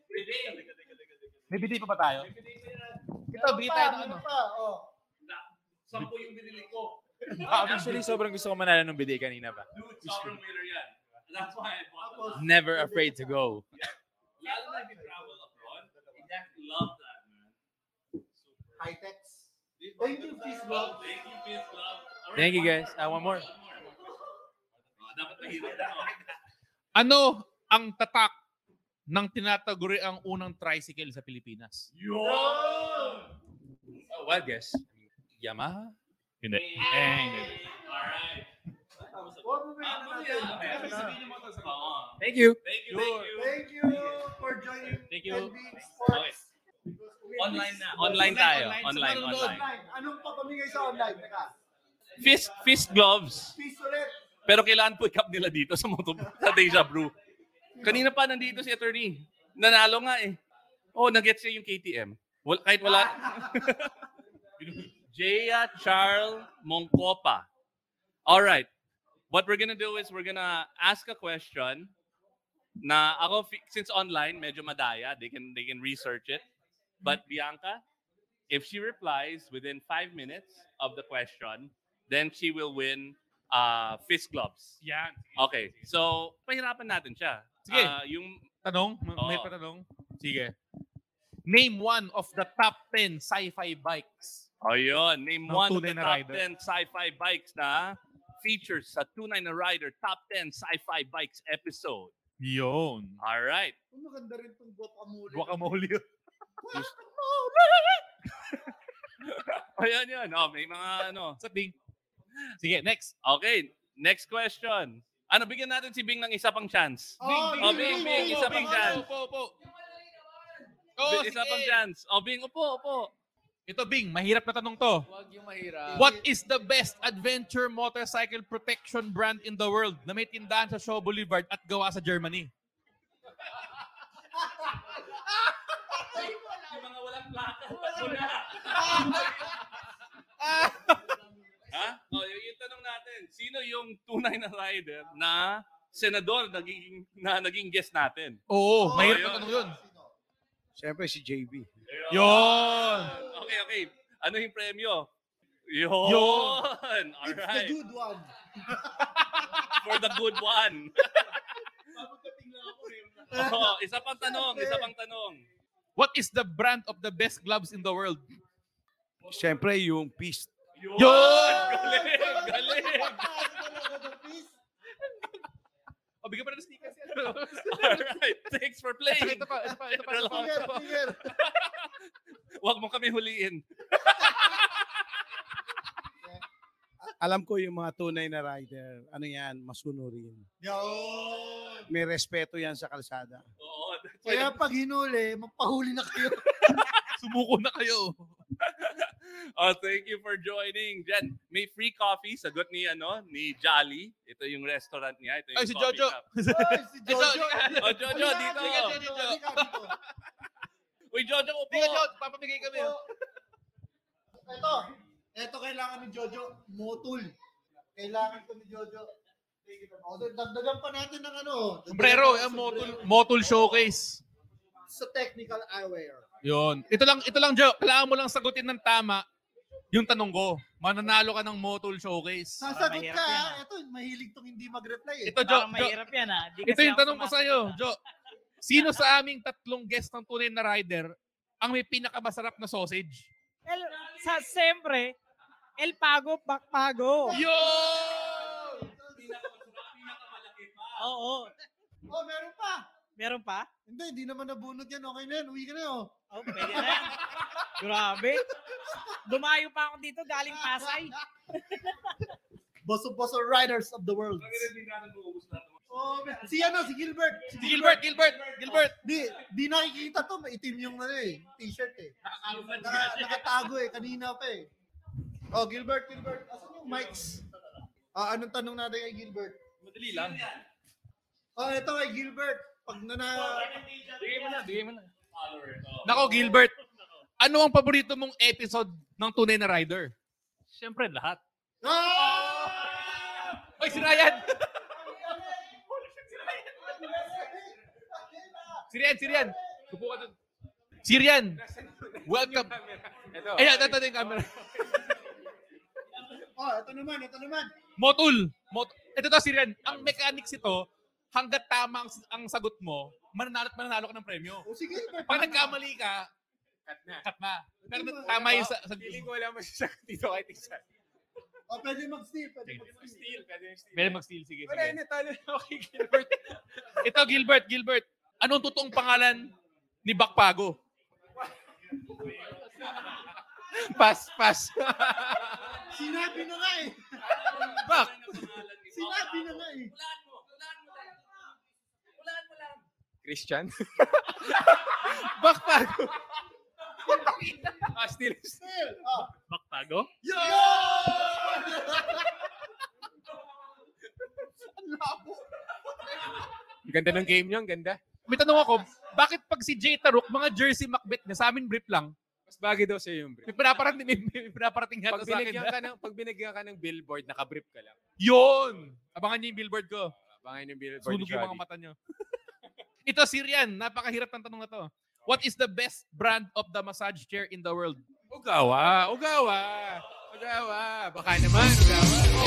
Pwede.
May bigay pa ba tayo? Ito, bigay tayo ng ano.
Oh.
Na- Sampo yung binili ko.
Ah, actually, sobrang gusto ko manalo ng bidet kanina pa.
Dude, sobrang winner yan. That's why I bought it.
Never afraid to go.
Lalo na if you travel abroad. Exactly. Love that, man.
High techs. Thank you, peace love.
Thank you, peace, love. Alright,
Thank you,
one
guys.
more,
Ah, one more.
Oh, dapat mahirap na.
Ano ang tatak ng tinataguri ang unang tricycle sa Pilipinas?
Yun!
Oh, wild guess. Yamaha?
Eh,
Eh,
Hindi.
Alright. Ah, mamaya. Mamaya may sabihin yung mga sagot. Oo.
Thank you.
Thank you, thank you.
Thank you for joining
Thank you.
NB Sports.
Okay. Online na. Online tayo. Online,
Sa
online.
online. Anong papamigay sa online? Teka.
Fist, fist gloves.
Peace ulit.
Pero kailangan pick up nila dito sa moto sa Deja Brew. Kanina pa nandito si attorney. Nanalo nga eh. Oh, nag-gets niya yung KTM. Wal, kahit wala. Jaya Charles Mongkopa. All right. What we're gonna do is we're gonna ask a question na ako, fi- since online, medyo madaya. They can, they can research it. But Bianca, if she replies within five minutes of the question, then she will win uh, fist gloves.
Yan.
Okay, so pahirapan natin siya.
Sige.
Ah, yung
Tanong? Ma- May
Oo.
patanong? Sige. Name one of the top 10 sci-fi bikes.
O yun, name
Ng
one of
tunay
the
na
top
rider.
10 sci-fi bikes na features sa Tunay na Rider Top 10 Sci-Fi Bikes episode.
Yun.
All right.
Ang maganda rin itong guacamole.
Guacamole.
Guacamole!
Ayan yun. Oh, may mga ano. Sa Bing.
Sige, next.
Okay, next question. Ano, bigyan natin si Bing ng isa pang chance.
Ah,
Bing,
oh, Bing, Bing, isa pang chance.
Opo, opo.
Bing, isa pang chance. Oh, Bing, upo, upo.
Ito, Bing, mahirap na tanong to.
Huwag yung mahirap.
What is the best adventure motorcycle protection brand in the world na may tindahan sa Shaw Boulevard at gawa sa Germany?
Yung mga walang plaka. ha? Oh, yung, yung tanong natin, sino yung tunay na rider na senador naging, na naging guest natin?
Oo,
Oh,
mahirap
yun.
na tanong yun.
Siyempre si JB.
Yun!
Okay, okay. Ano yung premyo? Yun!
Yun.
All
It's the
right.
good one.
For the good one. oh, isa pang tanong, isa pang tanong.
What is the brand of the best gloves in the world?
Siyempre yung Peace.
Yun!
Galing!
Galing!
O, Oh, bigyan mo na ng sneakers yan.
Alright, thanks for playing.
Ito pa, ito pa, ito pa.
Ito lang.
Ito pa.
Huwag mo kami huliin.
Alam ko yung mga tunay na rider, ano yan, masunurin.
Yun!
May respeto yan sa kalsada.
Kaya pag hinuli, mapahuli na kayo.
Sumuko na kayo.
Oh, thank you for joining. Jen, may free coffee. Sagot ni, ano, ni Jolly. Ito yung restaurant niya. Ito yung
Ay, si
coffee
Jojo.
shop.
Ay, si
Jojo.
Oh, Jojo,
Halika,
dito.
halika, Jojo.
Halika dito.
Uy, Jojo, upo.
Hindi ka, Jojo. Papamigay kami. oh.
Ito, ito, ito kailangan ni Jojo, motul. Kailangan ko ni Jojo. O, dagdagan pa natin ng ano. dagdagan
Sombrero, eh,
pa ng
yung motul,
sombrero.
motul showcase.
Sa technical eyewear.
Yun. Ito lang, ito lang, Joe. Kailangan mo lang sagutin ng tama yung tanong ko. Mananalo ka ng motul showcase.
Sasagot
mahirap
ka,
yan,
ah. ito, mahilig tong hindi mag-reply eh.
Ito, Jo.
Parang
Jo.
mahirap yan, ah. Di
Ito
kasi
yung
ako
tanong ko sa'yo, Jo. Sino sa aming tatlong guest ng tunay na rider ang may pinakamasarap na sausage?
El, sa siyempre, El Pago, Pakpago.
Yo!
Oo.
Oh, meron pa.
Meron pa?
Hindi, hindi naman nabunot yan. Okay na yan, uwi ka na oh.
Oh, pwede na yan. Grabe. Dumayo pa ako dito galing Pasay.
Boso-boso riders of the world. Oh, man. si ano, si Gilbert.
Si Gilbert, Gilbert, Gilbert.
Di, di nakikita to, maitim yung ano eh, t-shirt eh. Naka, nakatago eh, kanina pa eh. Oh, Gilbert, Gilbert, asan yung mics? Ah, anong tanong natin kay Gilbert?
Madali lang.
Oh, ito kay Gilbert. Pag na na...
Oh,
Bigay mo na, bigay mo na.
Nako, Gilbert. Ano ang paborito mong episode ng tunay na rider?
Siyempre, lahat.
Ah! Oy, si Ryan! si Ryan, si Ryan. Upo ka dun. Si Ryan, welcome. Ayan, ito na yung camera.
Oh, ito naman, ito naman.
Motul. Mot ito to, si Rian. Ang mechanics ito, hanggat tama ang, ang sagot mo, mananalo at mananalo ka ng premyo.
Oh, si Gilbert.
Pag nagkamali ka, cut na. Cut na. Pero tama yung sa... sa
ko wala masasagot dito kahit isa.
Oh, pwede mag-steal, pwede mag-steal.
Pwede yung steal.
Pero mag-steal, sige,
Wala,
sige.
natalo na ako kay
Gilbert. Ito, Gilbert, Gilbert. Anong totoong pangalan ni Bakpago? pass, pass.
Sinabi na nga eh.
Bak.
Sinabi na nga eh.
Christian? Bakpago. ah, still.
Steal. Oh.
Bakpago?
Yo!
Ang ganda ng game niyo, ang ganda.
May tanong ako, bakit pag si Jay Tarok, mga jersey Macbeth na sa amin brief lang,
Mas bagay daw sa'yo yung brief.
may pinaparating, may, may pinaparating
Pag
yata sa akin.
binigyan, ka ng, pag binigyan ka ng billboard, nakabrief ka lang.
Yun! Abangan niyo yung billboard ko.
Abangan yung billboard
Sunog yung mga mata niyo. Ito, si Rian. Napakahirap ng tanong na to. What is the best brand of the massage chair in the world?
Ugawa, ugawa. Ugawa. Baka naman, ugawa.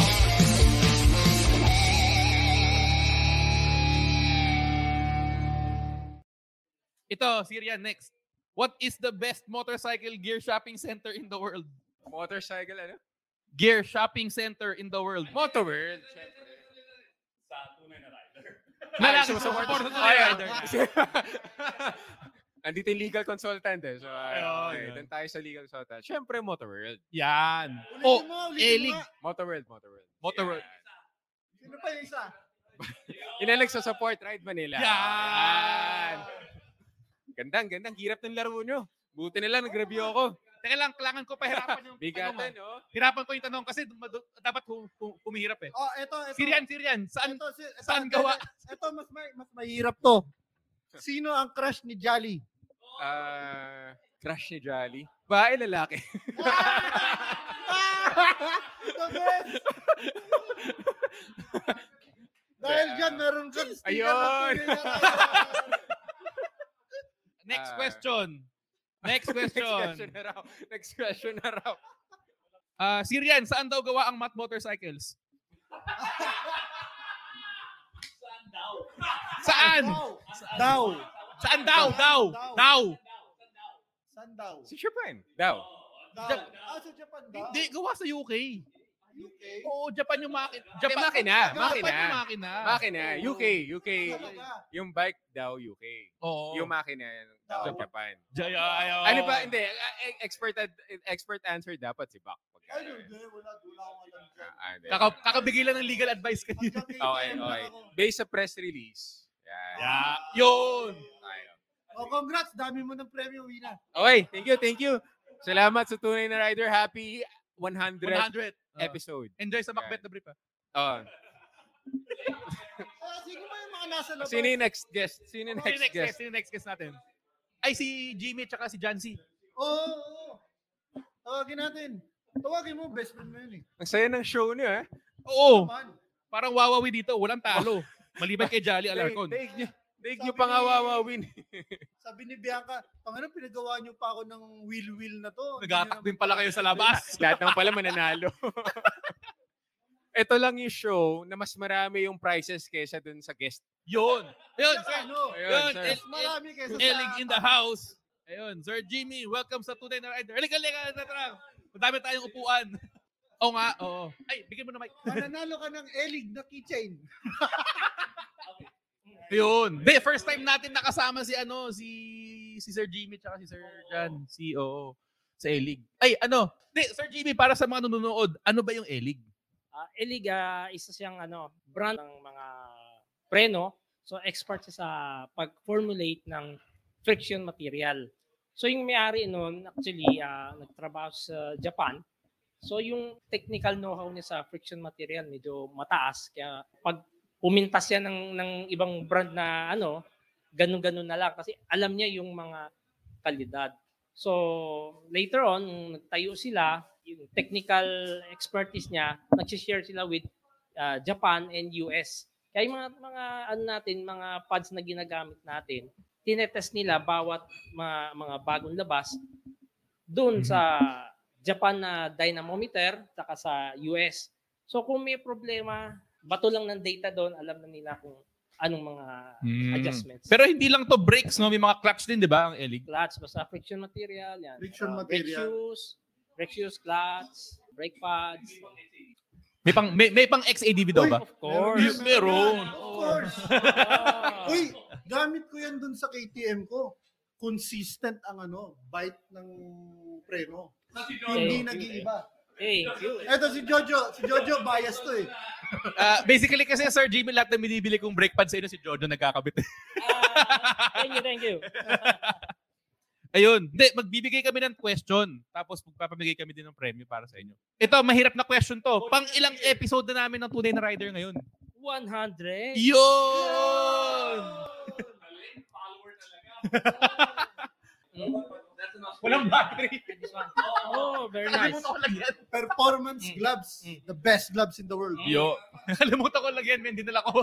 Ito, si Rian, next. What is the best motorcycle gear shopping center in the world? Motorcycle, ano? Gear shopping center in the world. Motor World.
Sa tunay na rider.
Malaki
sa
sa
support
Motor
na
World
rider.
Rider.
Andito yung legal consultant eh. So,
Ayun,
okay,
ayun.
doon tayo sa legal consultant. Siyempre, Motor World.
Yan.
Oh,
Elig.
Motor World, Motor World.
Motor World.
Sino pa yung isa?
Yun ang nagsusupport, Ride Manila. Yan! Ganda, ang ganda. Ang hirap ng laro nyo. Buti na lang, nag-review ako. ano?
Teka lang, kailangan ko pahirapan yung
Bigatan,
tanong, ah. Hirapan ko yung tanong kasi madu- dapat hum- hum- humihirap eh.
Oh, eto, eto.
Sirian, Sirian. Saan, saan
eto,
gawa?
Ito, mas, may, mas mahirap to. Sino ang crush ni Jolly?
Ah, crush ni Jolly. Bae, lalaki.
Ah! The best! Dahil dyan, meron kang sticker na
Ayun!
tunay na-
Next
Ah.
question. Next question.
na raw. Next question na raw.
Ah, Sirian, saan daw gawa ang Matt Motorcycles? Saan?
Daw.
Saan Ah, daw? Daw. Daw.
Saan daw?
Sa Japan. Daw.
Daw. Ah, sa Japan Ah, daw.
Hindi, gawa sa UK. UK? Oo, Japan yung makina. Japan,
Hindi, makina.
Japan
Makina.
yung makina.
Makina. UK. UK.
Ah, Talaga.
Yung bike daw, UK.
Oo.
Yung makina, daw,
Daw.
Japan.
Jaya, ayo.
Ano ba? Hindi. ah, eh, Expert, ad- expert answer dapat si Bak. Pagka-
Ay, hindi. Wala, wala akong alam dyan.
Ah, hindi.
Kaka- kakabigilan ng legal advice kanina.
Okay, okay. Based sa press release. Yan.
Yeah. Yun!
Ayun.
Oh, congrats. Dami mo ng premyo, Wina.
Okay, thank you, thank you. Salamat sa Tunay na Rider. Happy 100,
100. Ah.
episode.
Enjoy sa Macbeth na brief ah.
Oh.
Ah, sino ba yung mga nasa labas?
Sino yung next guest? Sino yung
Sino
next,
yung next guest?
guest?
Sino yung next guest natin? Ay, si Jimmy tsaka si John C.
Oo, oo, oo. Tawagin natin. Tawagin mo, best friend mo yun eh.
Ang saya ng show niyo, eh.
Oo.
Naman.
Parang wawawi dito. Walang talo. Maliban kay Jolly Alarcon.
Daig niyo. Daig
Sabi
niyo pang
ni-
awawawin.
Sabi ni Bianca, Panginoon, pinagawa niyo pa ako ng will-will na to. Hindi niyo
Nagatak din pala kayo sa labas.
Lahat ng pala mananalo. Ito lang yung show na mas marami yung prizes kaysa dun sa guest.
Yun. Yun,
Saka
sir.
ano,
Ayun,
Yun.
sir.
El-
mas marami kaysa sa...
Elig in the house. Ayun, Sir Jimmy, welcome sa Tunay na Rider. Halika, halika, halika, tara. Madami tayong upuan. Oo nga, oo. Ay, bigyan mo na mic.
Mananalo ka ng Elig na keychain.
Ayun. Be, first time natin nakasama si ano, si si Sir Jimmy tsaka si Sir Jan, si oo, sa Elig. Ay, ano? Di, Sir Jimmy, para sa mga nanonood, ano ba yung Elig?
Ah, Elig, ah, isa siyang ano, brand ng mga preno. So, expert siya sa pag-formulate ng friction material. So, yung may-ari noon, actually, ah, nagtrabaho sa Japan. So, yung technical know-how niya sa friction material medyo mataas. Kaya, pag puminta siya ng, ng ibang brand na ano, ganun-ganun na lang. Kasi alam niya yung mga kalidad. So, later on, nung nagtayo sila, yung technical expertise niya, nag-share sila with uh, Japan and US. Kaya yung mga, mga ano natin, mga pads na ginagamit natin, tinetest nila bawat mga, mga bagong labas doon sa Japan na dynamometer, saka sa US. So kung may problema, bato lang ng data doon, alam na nila kung anong mga
Hmm.
Mm.
adjustments.
Pero hindi lang to brakes, no? May mga clutch din, di ba, ang Elig?
clutch, basta friction material, yan.
Friction
Ah,
material.
Brake shoes, brake shoes, clutch, brake pads.
May pang, may, may pang XADV daw ba?
Of course. Oh.
Meron. meron.
Of course. Uy, gamit ko yan dun sa KTM ko. Consistent ang ano, bite ng preno. Hindi nag-iiba.
Thank you.
Eto si Jojo. Si Jojo bias to eh.
Ah, basically kasi, Sir Jimmy, lahat na binibili kong brake pads sa inyo, si Jojo nagkakabit.
Thank you, thank you.
Ayun. Hindi, magbibigay kami ng question. Tapos magpapamigay kami din ng premyo para sa inyo. Ito, mahirap na question to. Pang ilang episode na namin ng Tunay na Rider ngayon?
100.
Yun!
Walang
battery.
Oh, very nice. Mm.
Performance gloves. The best gloves in the world.
Yo. Nakalimutan ko lang yan, men. Dinala ko.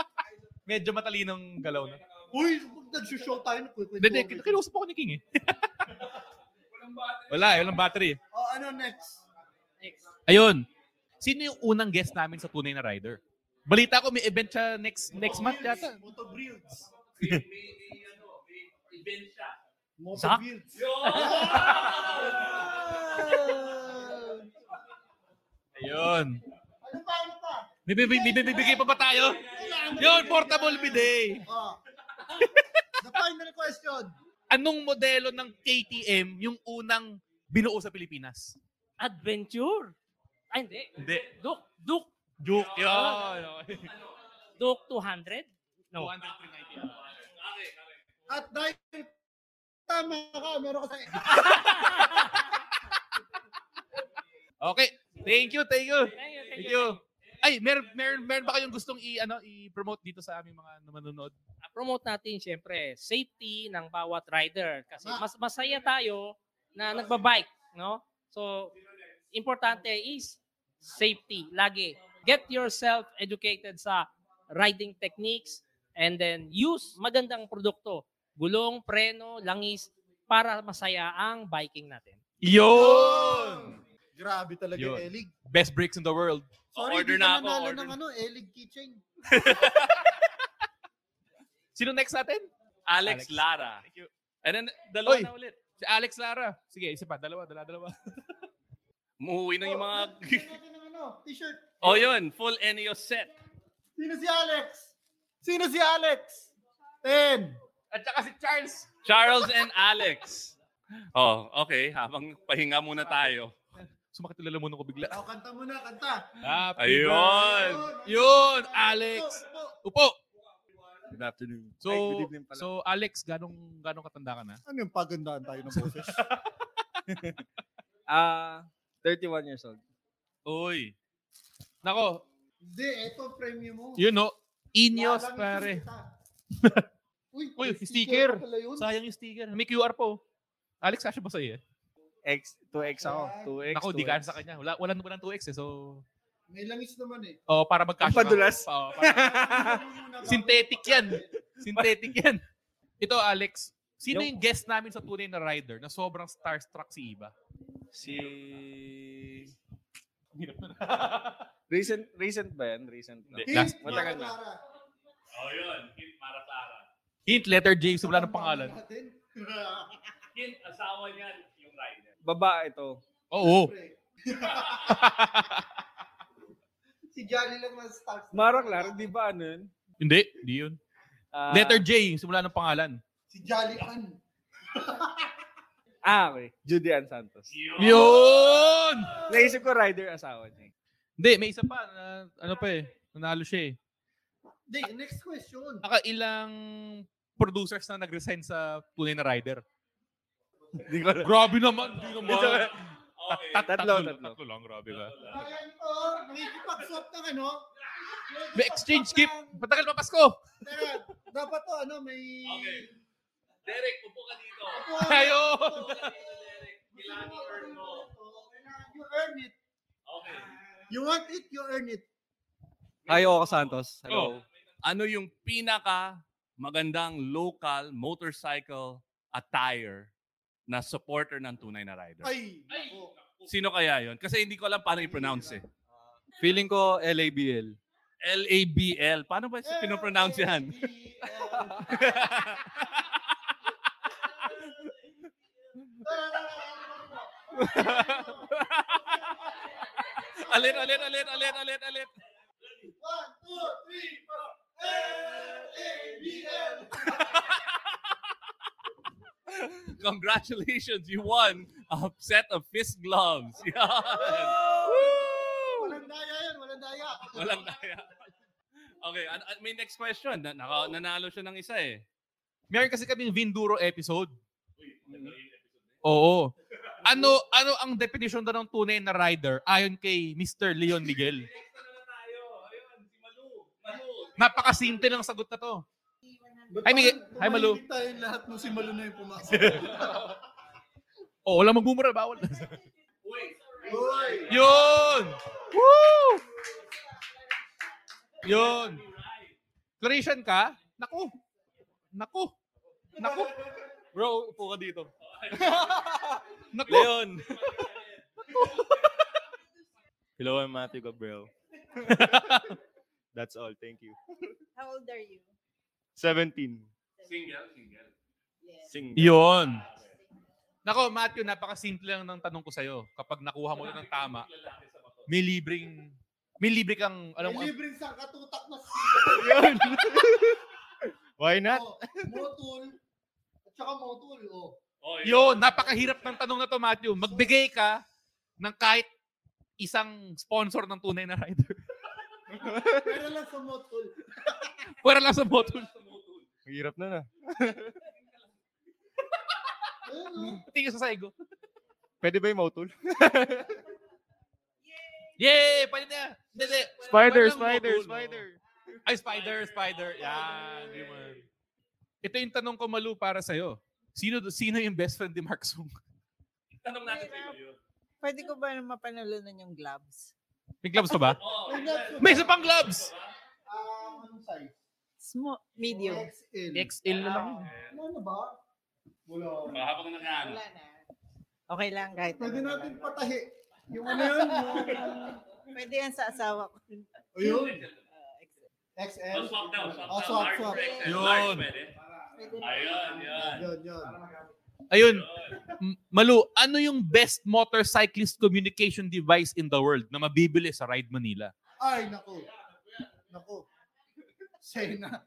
Medyo matalinong galaw na.
Uy, pag nag-show tayo,
Hindi, hindi. kin-
nagkukwentuhan.
Kinusap ako ni King eh. Wala, eh, walang battery.
Oh, ano next?
Ayun. Sino yung unang guest namin sa Tunay na Rider? Balita ko may event siya next next month yata.
Moto Builds. ano,
Event siya.
Moto
Zach?
Builds.
Yun!
Ayun.
Ano
May bibi- may bibigay pa ba tayo? Yun, portable bidet.
Oh. The final question.
Anong modelo ng KTM yung unang binuo sa Pilipinas?
Adventure. Ay, hindi.
Hindi.
Duke. Duke.
Duke. Yun.
Duke 200? No.
290.
At dahil tama ka, meron ka sa...
Okay. Thank you, thank you.
Thank you,
Thank you. Ay, meron meron meron ba kayong gustong i ano i-promote dito sa aming mga nanonood?
promote natin siyempre safety ng bawat rider kasi mas masaya tayo na nagbabike, no? So importante is safety lagi. Get yourself educated sa riding techniques and then use magandang produkto, gulong, preno, langis para masaya ang biking natin.
Yun!
Grabe talaga,
Yun.
Elig.
Best breaks in the world.
Sorry,
order
di
na ako,
ka nanalo
order
ng ano, Elig Kitchen.
Sino next natin?
Alex, Lara.
Thank you.
And then, dalawa
Oy,
na ulit.
Si Alex Lara. Sige, isa pa. Dalawa, dalawa, dalawa.
Umuwi na yung mga...
Ano, t-shirt.
oh, yun. Full Enio set.
Sino si Alex? Sino si Alex? Ten.
At saka si Charles.
Charles and Alex. Oh, okay. Habang pahinga muna tayo.
Sumakit ulit muna ko bigla.
O, Oh, kanta muna, kanta.
Happy
Ayun. Yun,
Ano,
Alex. Upo.
Good afternoon.
So,
Ay, good evening pala.
so Alex, ganong ganong katanda ka na?
Ano yung pagandaan tayo ng boses?
Ah, 31 years old.
Uy. Nako,
Hindi, eto premium mo.
yun no. Inyos,
Lalang
pare.
kita.
Uy,
may
sticker.
sticker pala yun.
Sayang yung sticker. May QR po. Alex, kasha ba sa'yo?
X, 2X ako. 2X,
Ako, di ka
2X.
sa kanya. Wala, wala naman ng 2X eh. So,
May langis naman eh.
oh, para magkasya ka.
Padulas.
Oo, para- Synthetic yan. Synthetic yan. Ito, Alex. Sino
Yo.
yung guest namin sa tunay na rider na sobrang starstruck si Iba?
Si... recent, recent ba yan? Recent na.
Hindi, last-
Matagal na.
Oh, yun. Hint para Sara.
Hint, letter J, so wala ng pangalan.
Hint, asawa niyan yung rider.
Baba ito.
Oo.
Si Johnny lang mas stars.
Marang Lara, di ba ano yun?
Hindi, hindi yun.
Ah,
letter J, simula ng pangalan.
Si Jolly Ann.
Ah, okay. Judy Ann Santos.
Yun!
Naisip ko rider asawa niya.
Hindi, may isa pa. na- ano pa eh. Nanalo siya eh.
Hindi, next question.
Ah. Nakailang producers na nag-resign sa tunay na rider.
Hindi ko alam.
Grabe naman. Hindi naman.
Ito,
okay.
Tatlo,
tatlo,
tatlo.
tatlo lang, grabe ka.
Ayan to, nakikipagswap ng ano.
May exchange gift. Patagal pa Pasko.
Tara, dapat to ano, may...
Derek, upo ka dito.
Ayun!
Upo ka dito, Derek. Kailangan i-earn mo.
You earn it.
Okay.
You want it, you earn it.
Ay, ako Santos. Hello.
Ano yung pinaka magandang local motorcycle attire na supporter ng tunay na rider?
Ay!
Sino kaya yon? Kasi hindi ko alam paano i-pronounce eh.
Feeling ko LABL.
L-A-B-L. Paano ba siya pinopronounce yan?
Alit, alit, alit, alit, alit, alit.
One, two, three, four. L-A-B-L.
Congratulations, you won a set of fist gloves. Yan.
Walang daya yan, walang daya.
Walang daya. Okay, an- an- may next question. Na- naka- nanalo siya ng isa eh.
Meron kasi kaming Vinduro episode. Oo. Ano ano ang definition daw ng tunay na rider ayon kay Mr. Leon Miguel? Napakasimple ng sagot na to. Hi, Miguel. Hi, Malu.
Tumahimik tayo lahat nung si Malu na yung pumasok.
Oo, wala magmumura, bawal.
Uy!
Yun! Woo! Yun. Clarician ka? Naku. Naku. Naku. Bro, upo ka dito. Naku.
Leon! Hello, I'm Matthew Gabriel. That's all. Thank you.
How old are you?
17.
Single, single.
Sing.
Yun. Nako, Matthew, napakasimple lang ng tanong ko sa'yo. Kapag nakuha mo na ng tama, may libreng, may libre kang, alam mo,
May libreng sang katutak na
Yun. Why not?
Oh, motul. At saka motul. Oh.
Yun, napakahirap ng tanong na to, Matthew. Magbigay ka ng kahit isang sponsor ng tunay na rider.
Pero lang sa motul.
Para lang sa motor.
Hirap na na.
Tingin sa saigo.
Pwede ba yung mautul?
Yay! Pwede na! Hindi, hindi.
Spider,
Pwede lang
spider,
module, no? Ay, spider, spider. Yan. di ba? Ito yung tanong ko, Malu, para sa'yo. Sino, sino yung best friend ni Mark Sung? Tanong natin sa'yo.
Pwede ko ba mapanalunan yung gloves?
May gloves pa ba?
May gloves pa ba?
May isa pang gloves!
Ah, anong size?
Small, medium.
XL.
XL na lang.
Wala na ba? Wala.
Habang nag
Wala na. Okay lang kahit.
Pwede
ano.
natin patahi. Yung ano yun?
Pwede yan sa asawa ko. Ah,
Ayun. XL.
Oh, swap daw, swap
Oh,
daw.
swap,
Large
swap.
for XL.
Yun.
Ayun, yun.
Yun, yun.
Ayun. M- Malu, ano yung best motorcyclist communication device in the world na mabibili sa Ride Manila?
Ay, naku. Naku. Sena.
eh.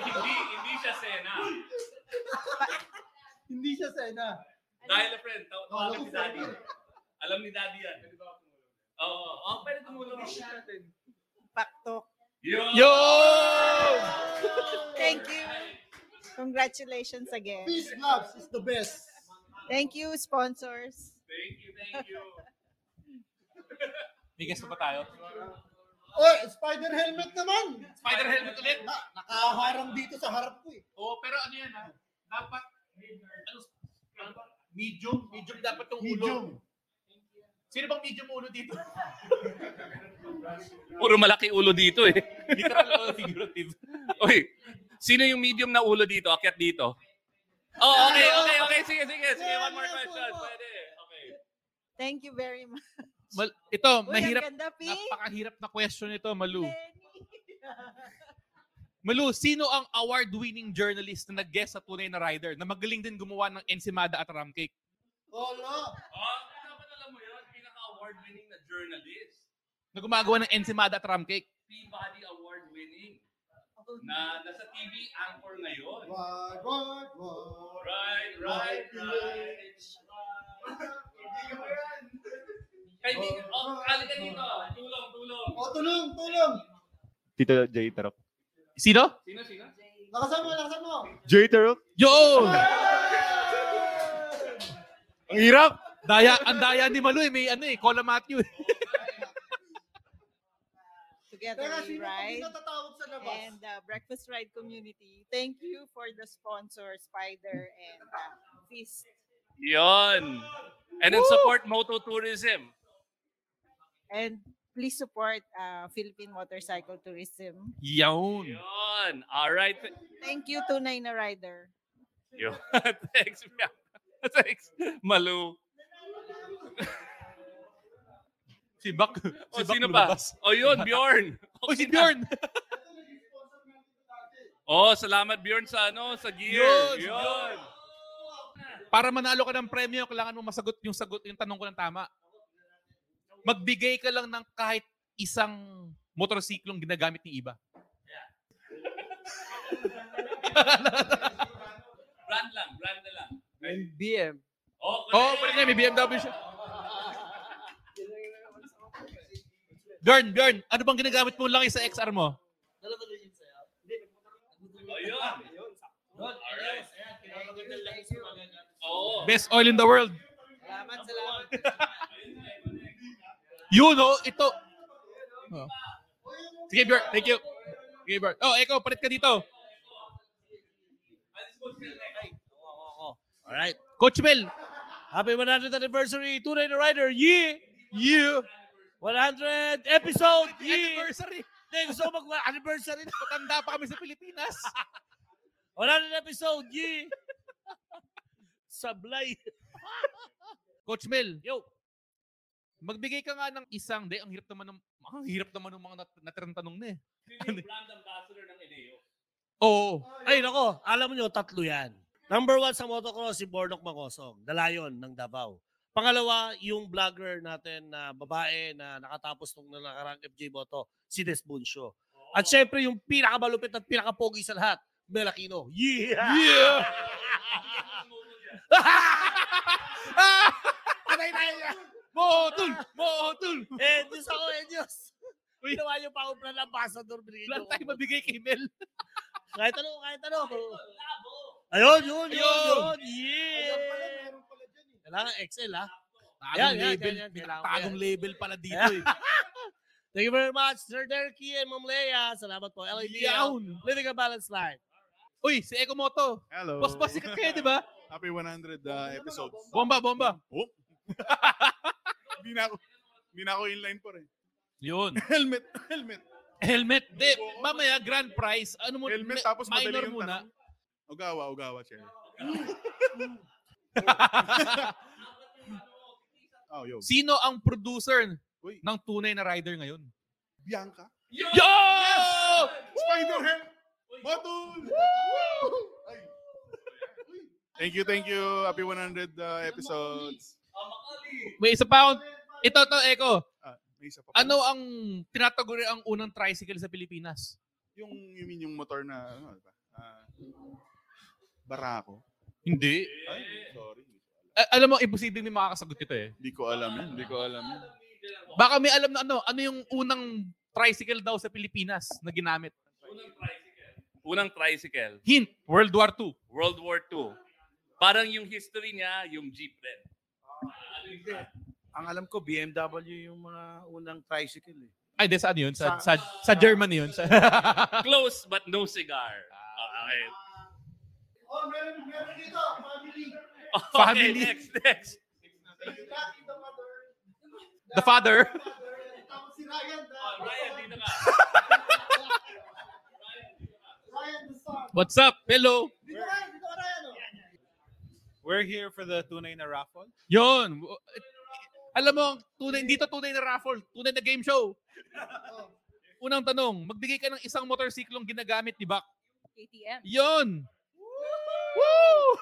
Hindi, hindi siya Sena.
Hindi siya Sena.
Dahil a friend, taw-
Oh,
alam ni Daddy. Alam ni Daddy yan. Oo, oh, oh, pwede tumulong.
Paktok.
Yo!
Yo!
Thank you. Congratulations again.
Peace gloves is the best.
Thank you, sponsors.
Thank you, thank you.
May guest pa tayo?
Oy, Oh, spider helmet naman.
Spider helmet ulit?
Na, nakaharang dito sa harap ko eh.
Oo, pero ano yan ha? Dapat, ano, medium, medium dapat yung ulo. Medium. Sino bang medium ulo dito?
Puro malaki ulo dito eh. Literal o figurative. Oy, sino yung medium na ulo dito? Akyat dito. Oh, okay, okay, okay. Sige, sige, sige. One more question. Pwede. Okay.
Thank you very much.
Mal- ito,
Uy,
mahirap,
ang ganda, Pi.
napakahirap na question ito, Malu. Malu, sino ang award-winning journalist na nag-guest sa tunay na rider na magaling din gumawa ng ensimada at rum cake?
Olo.
Oh, dapat alam mo yun, pinaka-award winning na journalist.
Na gumagawa ng ensimada at rum cake?
Peabody Award winning. Na nasa TV anchor ngayon.
Wag, wag, wag.
Right, right, right. Kaibigan, oh, halika dito. Tulong, tulong.
O, Oh, tulong, tulong.
Tito Jay Tarok.
Sino?
Sino, sino?
Lakasan mo, lakasan mo.
Jay Tarok?
Yo!
Ang hirap!
Daya, ang daya ni Malu eh. May ano eh, Cola Matthew eh.
Together
Teka,
we
sino pa
ride.
natatawag sa labas?
And uh, Breakfast Ride Community. Thank you for the sponsor, Spider and uh, Feast.
Yun. And then support Moto Tourism.
And please support uh,
ah,
Philippine Motorcycle Tourism.
Yawn.
Yun. All right.
Thank you, Tunay na Rider.
Yun. Thanks. Mia. Thanks. Malu.
si Bak.
Si Oh, sino pa? O yun, Bjorn.
Oh, si Bjorn.
Oh, salamat Bjorn sa ano, sa gear.
Yun, si
Yun.
Bjorn. Para manalo ka ng premyo, kailangan mo masagot yung sagot, yung tanong ko ng tama. Magbigay ka lang ng kahit isang motorsiklong ginagamit ni iba.
Brand lang, brand na lang.
BM.
Oh,
Oh, pwede na, may BMW siya. Bjorn, Bjorn, ano bang ginagamit mo lang sa XR mo?
Ayun. Alright. Oo.
Best oil in the world.
Salamat, salamat.
Yun, oh, ito. Oh. Sige, Bjorn, thank you. Sige, Bjorn. Oh, Eko, palit ka dito.
oh,
Alright. Coach Mel.
Happy 100th anniversary, Two Night Rider. Yeah! Yeah! 100 episode! Yeah!
Anniversary!
Thank you so much. Anniversary!
Patanda pa kami sa Pilipinas.
100 episode! Yeah! Sablay!
Coach Mel.
Yo.
Magbigay ka nga ng isang, day, ang hirap naman ng, ang hirap naman ng mga nat- natirang tanong na eh.
Sino yung brand ambassador ng Eleo?
Oo.
Ay, nako. Alam mo nyo, tatlo yan. Number one sa motocross, si Bornok Mangosong, the lion ng Davao. Pangalawa, yung vlogger natin na babae na nakatapos nung nakarang FJ Boto, si Des Buncio.
Oh.
At syempre, yung pinakamalupit at pinakapogi sa lahat, Mel Aquino. Yeah!
Yeah!
Patay tayo niya! Motul! Motul! Eh, Diyos ako, eh, Diyos! Ginawa niyo pa ako plan ambassador. Plan tayo mabigay kay Mel. kahit ano, kahit ano. Ayun, yun, yun, yun. Yeah! Kailangan XL, ha?
Tagong eh. label. May tagong
label pala dito, eh. Thank you very much, Sir Derky and Ma'am Lea. Salamat po. LABL.
Yawn.
Living a Balanced Life.
Uy, si Eko Moto.
Hello.
Boss, boss, sikat
eh,
kayo, di ba?
Happy 100 uh, episodes.
Bomba, bomba.
Oh. Hindi na ako, hindi na ako inline pa rin.
Yun.
helmet, helmet.
Helmet. Hindi, mamaya, grand prize. Ano mo?
Helmet
me-
tapos madali
minor
yung
muna.
tanong. Ogawa, Ogawa, chair. oh, yo.
Sino ang producer ng tunay na rider ngayon?
Bianca.
Yo!
Spider-Ham! Motul! Ay. Thank you, thank you. Happy 100 uh, episodes.
May isa pa akong... Ito, ito, Eko.
Ah, may isa pa.
Ano ang tinataguri ang unang tricycle sa Pilipinas?
Yung, you mean yung motor na, ano ba? Ah, barako.
Hindi.
Ay, sorry.
A- alam mo, imposible may makakasagot ito eh.
Hindi ko alam yan. Hindi ko alam yan.
Baka may alam na ano, ano yung unang tricycle daw sa Pilipinas na ginamit?
Unang tricycle.
Hint, World War II.
World War II. Parang yung history niya, yung jeep rin.
Ang alam ko, BMW yung mga unang tricycle eh.
Ay, di, saan yun? Sa, sa, sa
Sa-
Germany yun. Sa,
Close but no cigar. Okay.
Oh, meron, meron dito. Family.
Ah.
Okay, next, next.
Lucky the mother.
the father.
Tapos si Ryan. the- Ryan, the son.
What's up? Hello.
Dito Ryan, dito ka, Ryan. oh.
We're here for the tunay na raffle.
Yun. Alam mo, tunay, dito tunay na raffle, tunay na game show. Unang tanong, magbigay ka ng isang motorsiklong ginagamit ni Bak.
KTM.
Yun. Woo!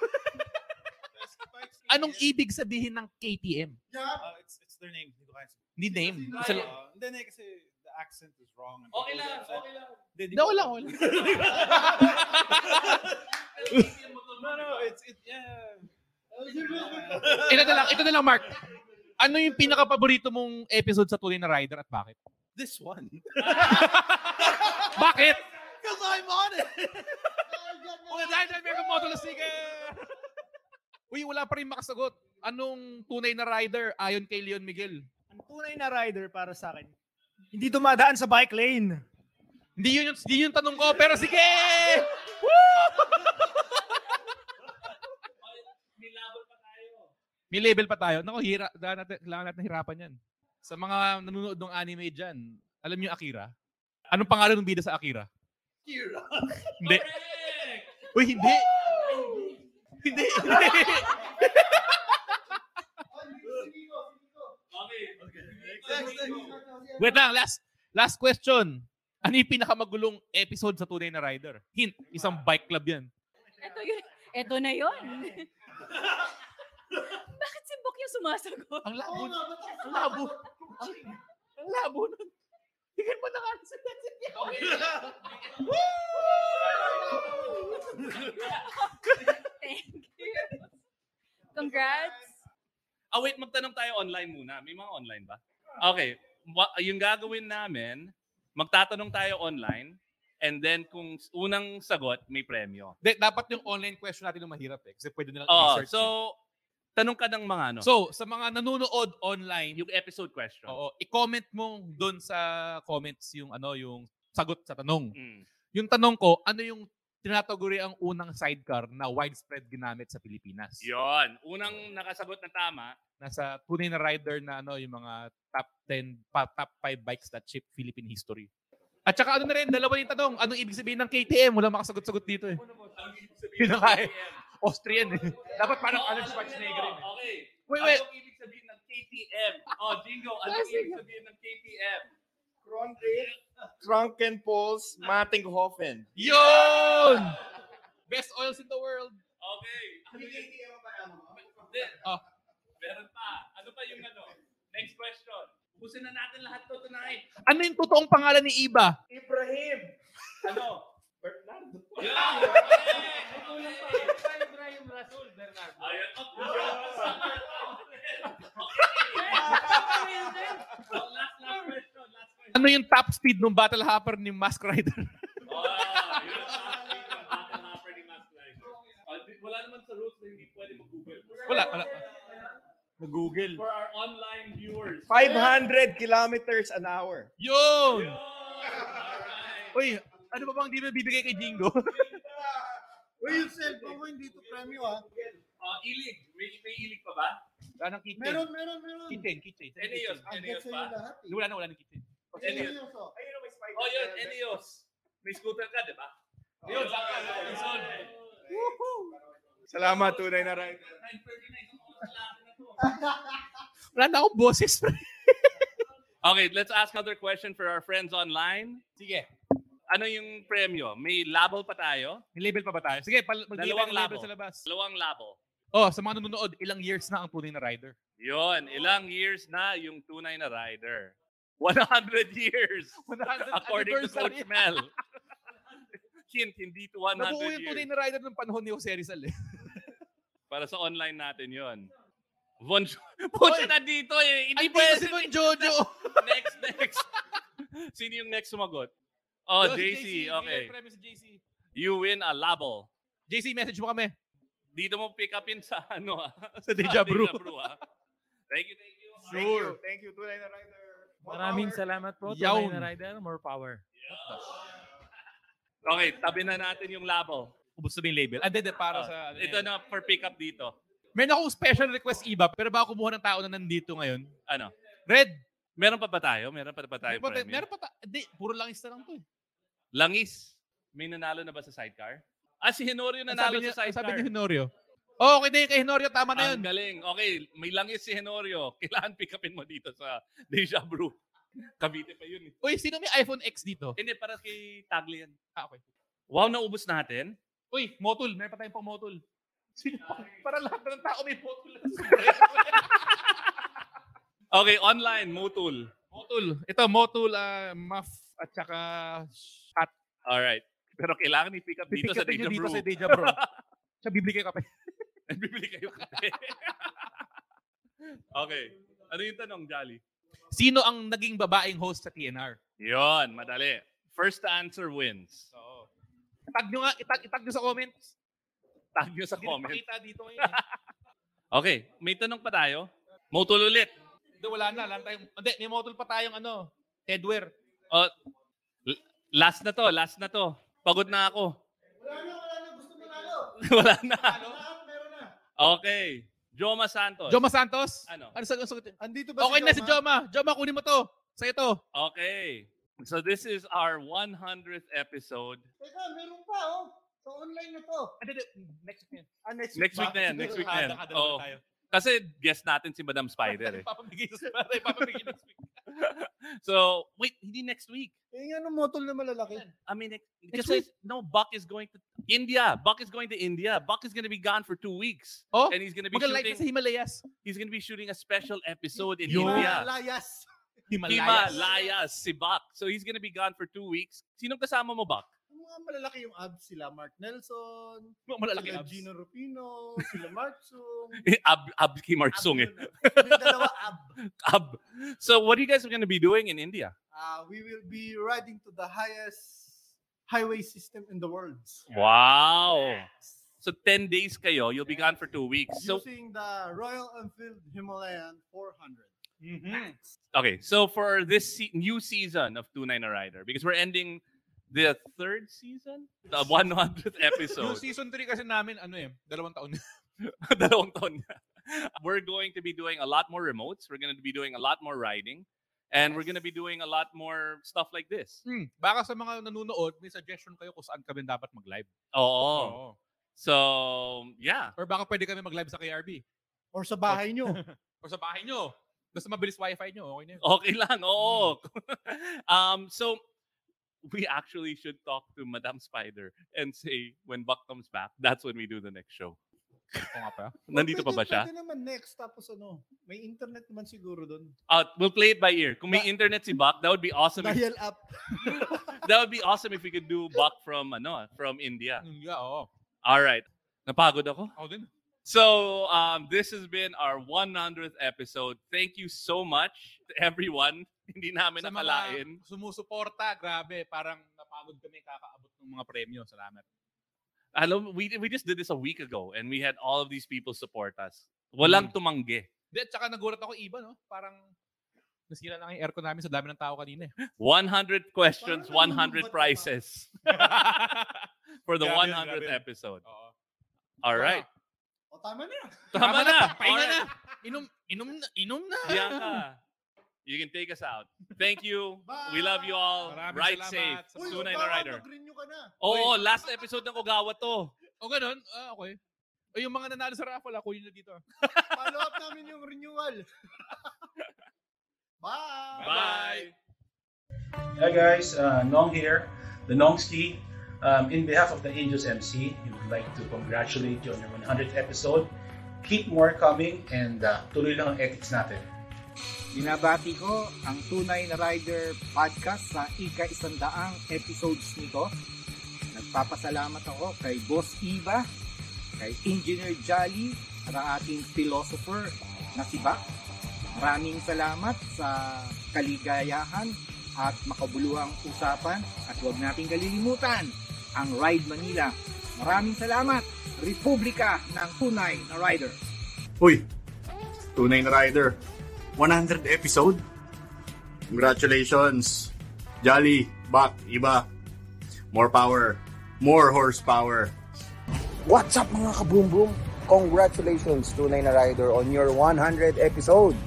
Anong ibig sabihin ng KTM?
Uh, it's, it's their name. Hindi ko kaya sabihin.
Hindi name.
Kasi,
Sal-
uh, Hindi, hindi, kasi the accent is wrong. and
Okay
people
lang,
are upset.
okay lang.
Hindi, di
No,
ko-
wala, wala.
no, no, it's, it, yeah.
ito na lang, ito na lang, Mark. Ano yung pinaka-paborito mong episode sa Tunay na Rider at bakit?
This one.
Bakit?
Because I'm on it.
Una dahil dahil may kumoto na sige. Uy, wala pa rin makasagot. Anong tunay na rider ayon kay Leon Miguel?
Ang tunay na rider para sa akin, hindi dumadaan sa bike lane.
Hindi yun, yung- hindi yun yung tanong ko, pero sige! Woo! May label pa tayo. Naku, hira, dahan natin, kailangan natin hirapan yan. Sa mga nanonood ng anime dyan, alam niyo yung Akira? Anong pangalan ng bida sa Akira?
Kira.
Hindi. Uy, hindi. Hindi. Wait lang, last last question. Ano yung pinakamagulong episode sa Tunay na Rider? Hint, isang bike club yan.
Ito yun. Ito na yun. Bakit si Bok yung sumasagot?
Ang labo.
Oh.
Ang
labo. Ang labo nun. Tingin mo na nga sa
Thank you. Congrats.
Ah, wait, magtanong tayo online muna. May mga online ba? Okay, wa- yung gagawin namin, magtatanong tayo online, and then kung s- unang sagot, may premyo.
De, dapat yung online question natin yung mahirap eh. Kasi pwede nilang
Oo,
i-research.
so, tanong ka ng mga ano.
So, sa mga nanonood online,
yung episode question.
Oo, i-comment mo doon sa comments yung ano, yung sagot sa tanong.
Hmm.
Yung tanong ko, ano yung tinataguri ang unang sidecar na widespread ginamit sa Pilipinas?
Yon. Unang nakasagot na tama,
Nasa tunay na rider na ano, yung mga top 10, pa- top 5 bikes that shape Philippine history. At saka ano na rin, dalawa yung tanong, anong ibig sabihin ng KTM? Walang makasagot-sagot dito eh. Pinaka eh. Austrian eh. Dapat parang Alex Schwarzenegger. yun eh.
Okay.
Wait, wait.
Anong ibig sabihin ng KTM? Oh, Jingo, anong
Classic.
ibig sabihin ng KTM?
Trunkenpol's Mattinghofen.
Yun! Best oils in the world.
Okay.
Hindi, hindi, ano ba, ano?
Hindi.
Oh.
Meron pa. Ano pa yung ano? Next question. Pusin na natin lahat to tonight.
Ano yung totoong pangalan ni Iba?
Ibrahim. Ano? Bernardo. Yeah. Ibrahim Rasul Bernardo. Ayun. Oh, oh, last, last question. Last question.
Ano yung top speed ng battle hopper ni Mask Rider?
Ah, yun ang top speed ng battle hopper ni Max Rider. Ah, di- Wala naman sa rules na hindi pwede mag-google.
Wala, wala.
Google. For our online viewers.
500 kilometers an hour.
Yun! Uy, ano pa bang di ba bibigay kay Jingo?
Uy, yung cellphone ko hindi to premyo ah.
Ah, ilig. May, may ilig pa ba?
Anong keychain?
Meron, meron, meron.
Keychain, keychain.
Eneos. Eneos pa.
Wala na, wala na keychain.
Eneos.
Ayun ang may spider.
Oh, yun. Eneos. May scooter ka, di ba? Yun, saka. Yun.
Salamat, tunay na ride.
Wala na akong boses, pre.
Okay, let's ask another question for our friends online.
Sige.
Ano yung premyo? May label pa tayo?
May label pa ba tayo? Sige, pal- maglagay ng
Dalawang
label
label.
sa labas.
Dalawang label.
Oh, sa mga nanonood, ilang years na ang tunay na rider?
Yun, ilang years na yung tunay na rider? 100 years.
100
according to Coach
anniversary.
Mel. Hint, hindi to 100
Nabuo yung tunay
years.
na rider ng panahon ni Jose Rizal eh.
Para sa online natin yon. Von Pucha na dito eh. Hindi
Ay, dito si Von Jojo.
next, next. Sino yung next sumagot? Oh,
Yo, si
JC,
JC,
okay.
bigay premise si JC.
You win a label.
JC, message mo kami.
Dito mo pick upin sa ano ah.
Sa Deja Brew.
ah. Thank you, thank you.
Sure.
Thank you, tunay na rider.
Maraming
salamat
po, tunay
Yawn.
na
rider.
More power.
Okay, tabi na natin yung label.
Ubus na ba yung label? Ah, hindi, hindi, para
Ah,
sa... ano
Ito
yan.
na for pick up dito.
Meron akong special request iba, pero baka kumuha ng tao na nandito ngayon.
Ano?
Red.
Meron pa ba tayo? Meron pa ba tayo
Meron pa tayo-
premium?
meron pa tayo. Hindi, puro langista lang to eh.
Langis. May nanalo na ba sa sidecar? Ah, si Henorio
Ang
nanalo
sabi niya-
sa
ang
sidecar.
Sabi ni Honorio. Oh, okay na yun kay Honorio. Tama na yun.
Ang galing. Okay, may langis si Henorio. Kailangan pick upin mo dito sa Deja Brew. Cavite pa yun. eh.
Uy, sino may iPhone X dito?
Hindi, para kay Tagli yan.
Ah, okay.
Wow, naubos natin.
Uy, Motul. Meron pa tayong pang Motul. Sino pa? Para lahat na ng tao may Motul.
Okay, online, Motul.
Motul. Ito, Motul, ah, Muff, at saka Shot.
Alright. Pero kailangan i-pick up dito sa Deja
Dito
Brew.
sa Deja Bro. Sa bibli kayo kape.
Bibili kayo kape. okay. Ano yung tanong, Jolly?
Sino ang naging babaeng host sa TNR?
Yon, madali. First to answer wins.
Tag nyo nga, itag, itag nyo sa comments.
Tag nyo sa
Hindi na
comments.
Pakita dito ngayon. eh.
Okay, may tanong pa tayo. Motul ulit.
Hindi, wala na. Lang tayong, hindi, may model pa tayong ano, headwear.
Oh, l- last na to, last na to. Pagod na ako.
Ano,
Wala na, wala na. Gusto mo wala na. Okay. Joma Santos.
Joma Santos?
Ano?
Ano sa sagot? Andito
ba si
okay na si Joma. Joma,
Joma?
kunin mo to. Sa ito.
Okay. So this is our 100th episode.
Teka, meron pa oh. Sa online na to.
Next week na yan.
Ah, next,
Next
ba?
week na yan. Next week na yan. Oh.
Kada- kada
Oo.
naman tayo.
Kasi guest natin si Madam Spider eh.
Papamigay sa para ipapamigay next week.
So, wait, hindi next week.
Eh, yung ano, motol na malalaki.
I mean, Kasi no, Buck is going to India. Buck is going to India. Buck is going to be gone for two weeks.
Oh,
and he's going to be
Magalay
shooting.
ka sa Himalayas.
He's going to be shooting a special episode in
Yun.
India.
Layas.
Himalayas. Himalayas, si Buck. So he's gonna be gone for two weeks. Sinong kasama mo, Buck?
Yung mga malalaki yung abs sila, Mark Nelson,
mga malalaki
sila
abs.
Gino Rufino, sila Mark Sung.
Ab, ab kay Mark Sung eh. Ab. So what are you guys gonna be doing in India?
Uh, we will be riding to the highest highway system in the world.
Wow. So 10 days kayo, you'll be gone for two weeks. So
using the Royal Enfield Himalayan 400.
okay, so for this se- new season of Two Nine Rider, because we're ending the third season, the 100th
Yung
episode.
season 3 kasi namin, ano eh, dalawang taon.
dalawang taon na. We're going to be doing a lot more remotes. We're going to be doing a lot more riding. And we're going to be doing a lot more stuff like this.
Hmm, Baka sa mga nanonood, may suggestion kayo kung saan kami dapat mag-live.
Oo. Oh. So, yeah.
Or baka pwede kami mag-live sa KRB.
Or sa bahay
Oh.
nyo.
Or sa bahay nyo. Basta mabilis wifi nyo, okay na yun.
Okay lang, oo. um, so, we actually should talk to Madam Spider and say, when Buck comes back, that's when we do the next show. Nandito pa ba siya?
Pwede naman next, tapos ano, may internet naman siguro doon.
Uh, we'll play it by ear. Kung may internet si Buck, that would be awesome. If,
Dial up.
that would be awesome if we could do Buck from ano, ah, from India.
Hmm, Yeah, oo.
All right. Napagod ako.
Ako din.
So, um, this has been our 100th episode. Thank you so much to everyone. Hindi namin
Sa mga
nakalain.
sumusuporta, grabe. Parang napagod kami kakaabot ng mga premyo. Salamat.
Alam, we, we just did this a week ago and we had all of these people support us. Walang
Mm.
tumanggi.
Hindi, tsaka nagulat ako iba, no? Parang nasira lang yung aircon namin sa dami ng tao kanina. eh.
100 questions, 100 prizes. For the
Grabe yun,
100th
grabe yun.
episode. All right.
O tama na.
Tama na.
Pahinga na. Inom, inom na. Inom na.
Bianca, you can take us out. Thank you. We love you all.
Maraming
Ride
salamat
safe.
sa Uy, wag
Tunay na
bawal,
rider.
mag-renew ka na.
Oo, last episode ng Ogawa to.
O ganun? Ah, okay. O yung mga nanalo sa raffle, ako yun na dito. ah.
Follow up namin yung renewal. Bye!
Bye!
Hi guys, uh, Nong here, the Nongski. Um, in behalf of the Angels MC, we would like to congratulate you on your 100th episode. Keep more coming and uh, tuloy lang ang ethics natin.
Binabati ko ang Tunay na Rider podcast sa ika isandaang episodes nito. Nagpapasalamat ako kay Boss Iva, kay Engineer Jolly, at ang ating philosopher na si Bak. Maraming salamat sa kaligayahan at makabuluhang usapan at huwag nating kalilimutan ang Ride Manila. Maraming salamat, Republika ng Tunay na Rider.
Uy, tunay na rider. 100 episode? Congratulations! Jolly, back, iba. More power. More horsepower.
What's up mga kaboom-boom? Congratulations Tunay na Rider on your 100 episode!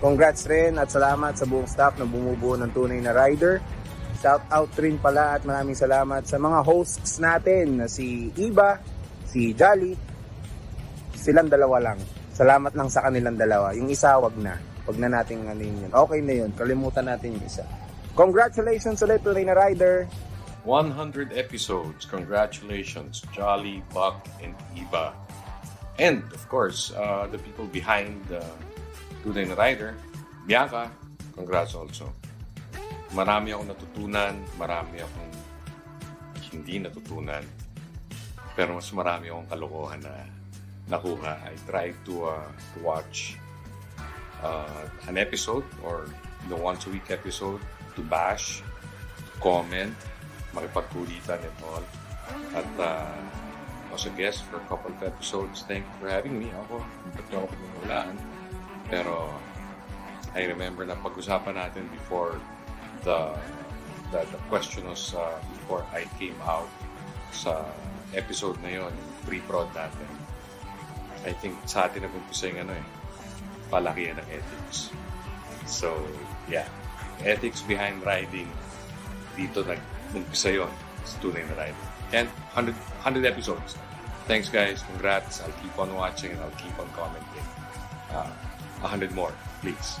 Congrats rin at salamat sa buong staff na bumubuo ng Tunay na Rider. Shout out rin pala at maraming salamat sa mga hosts natin na si Iba, si Jolly. Silang dalawa lang. Salamat lang sa kanilang dalawa. Yung isa wag na. Wag na nating ano yun. yun. Okay na yun. Kalimutan natin yung isa. Congratulations ulit Tunay na Rider! 100 episodes. Congratulations, Jolly, Buck, and Iba. And, of course, uh, the people behind uh, Today na Rider, Bianca, Diba? congrats also. Marami akong natutunan, marami akong hindi natutunan. Pero mas marami akong kalokohan na nakuha. I try to, uh, to watch uh, an episode or the once a week episode to bash, to comment, makipagkulitan and all. At uh, was a guest for a couple of episodes. Thank you for having me. Ako, ba't niyo ako pinawalaan? Pero I remember na pag-usapan natin before the the, the question was uh, before I came out sa episode na yon, yung pre-prod natin. I think sa atin nag-umpisa yung ano eh, palakihan ng ethics. So, yeah. Ethics behind riding, dito nag-umpisa yun sa tunay na riding. And 100, 100 episodes. Thanks guys, congrats. I'll keep on watching and I'll keep on commenting. Uh, 100 more, please.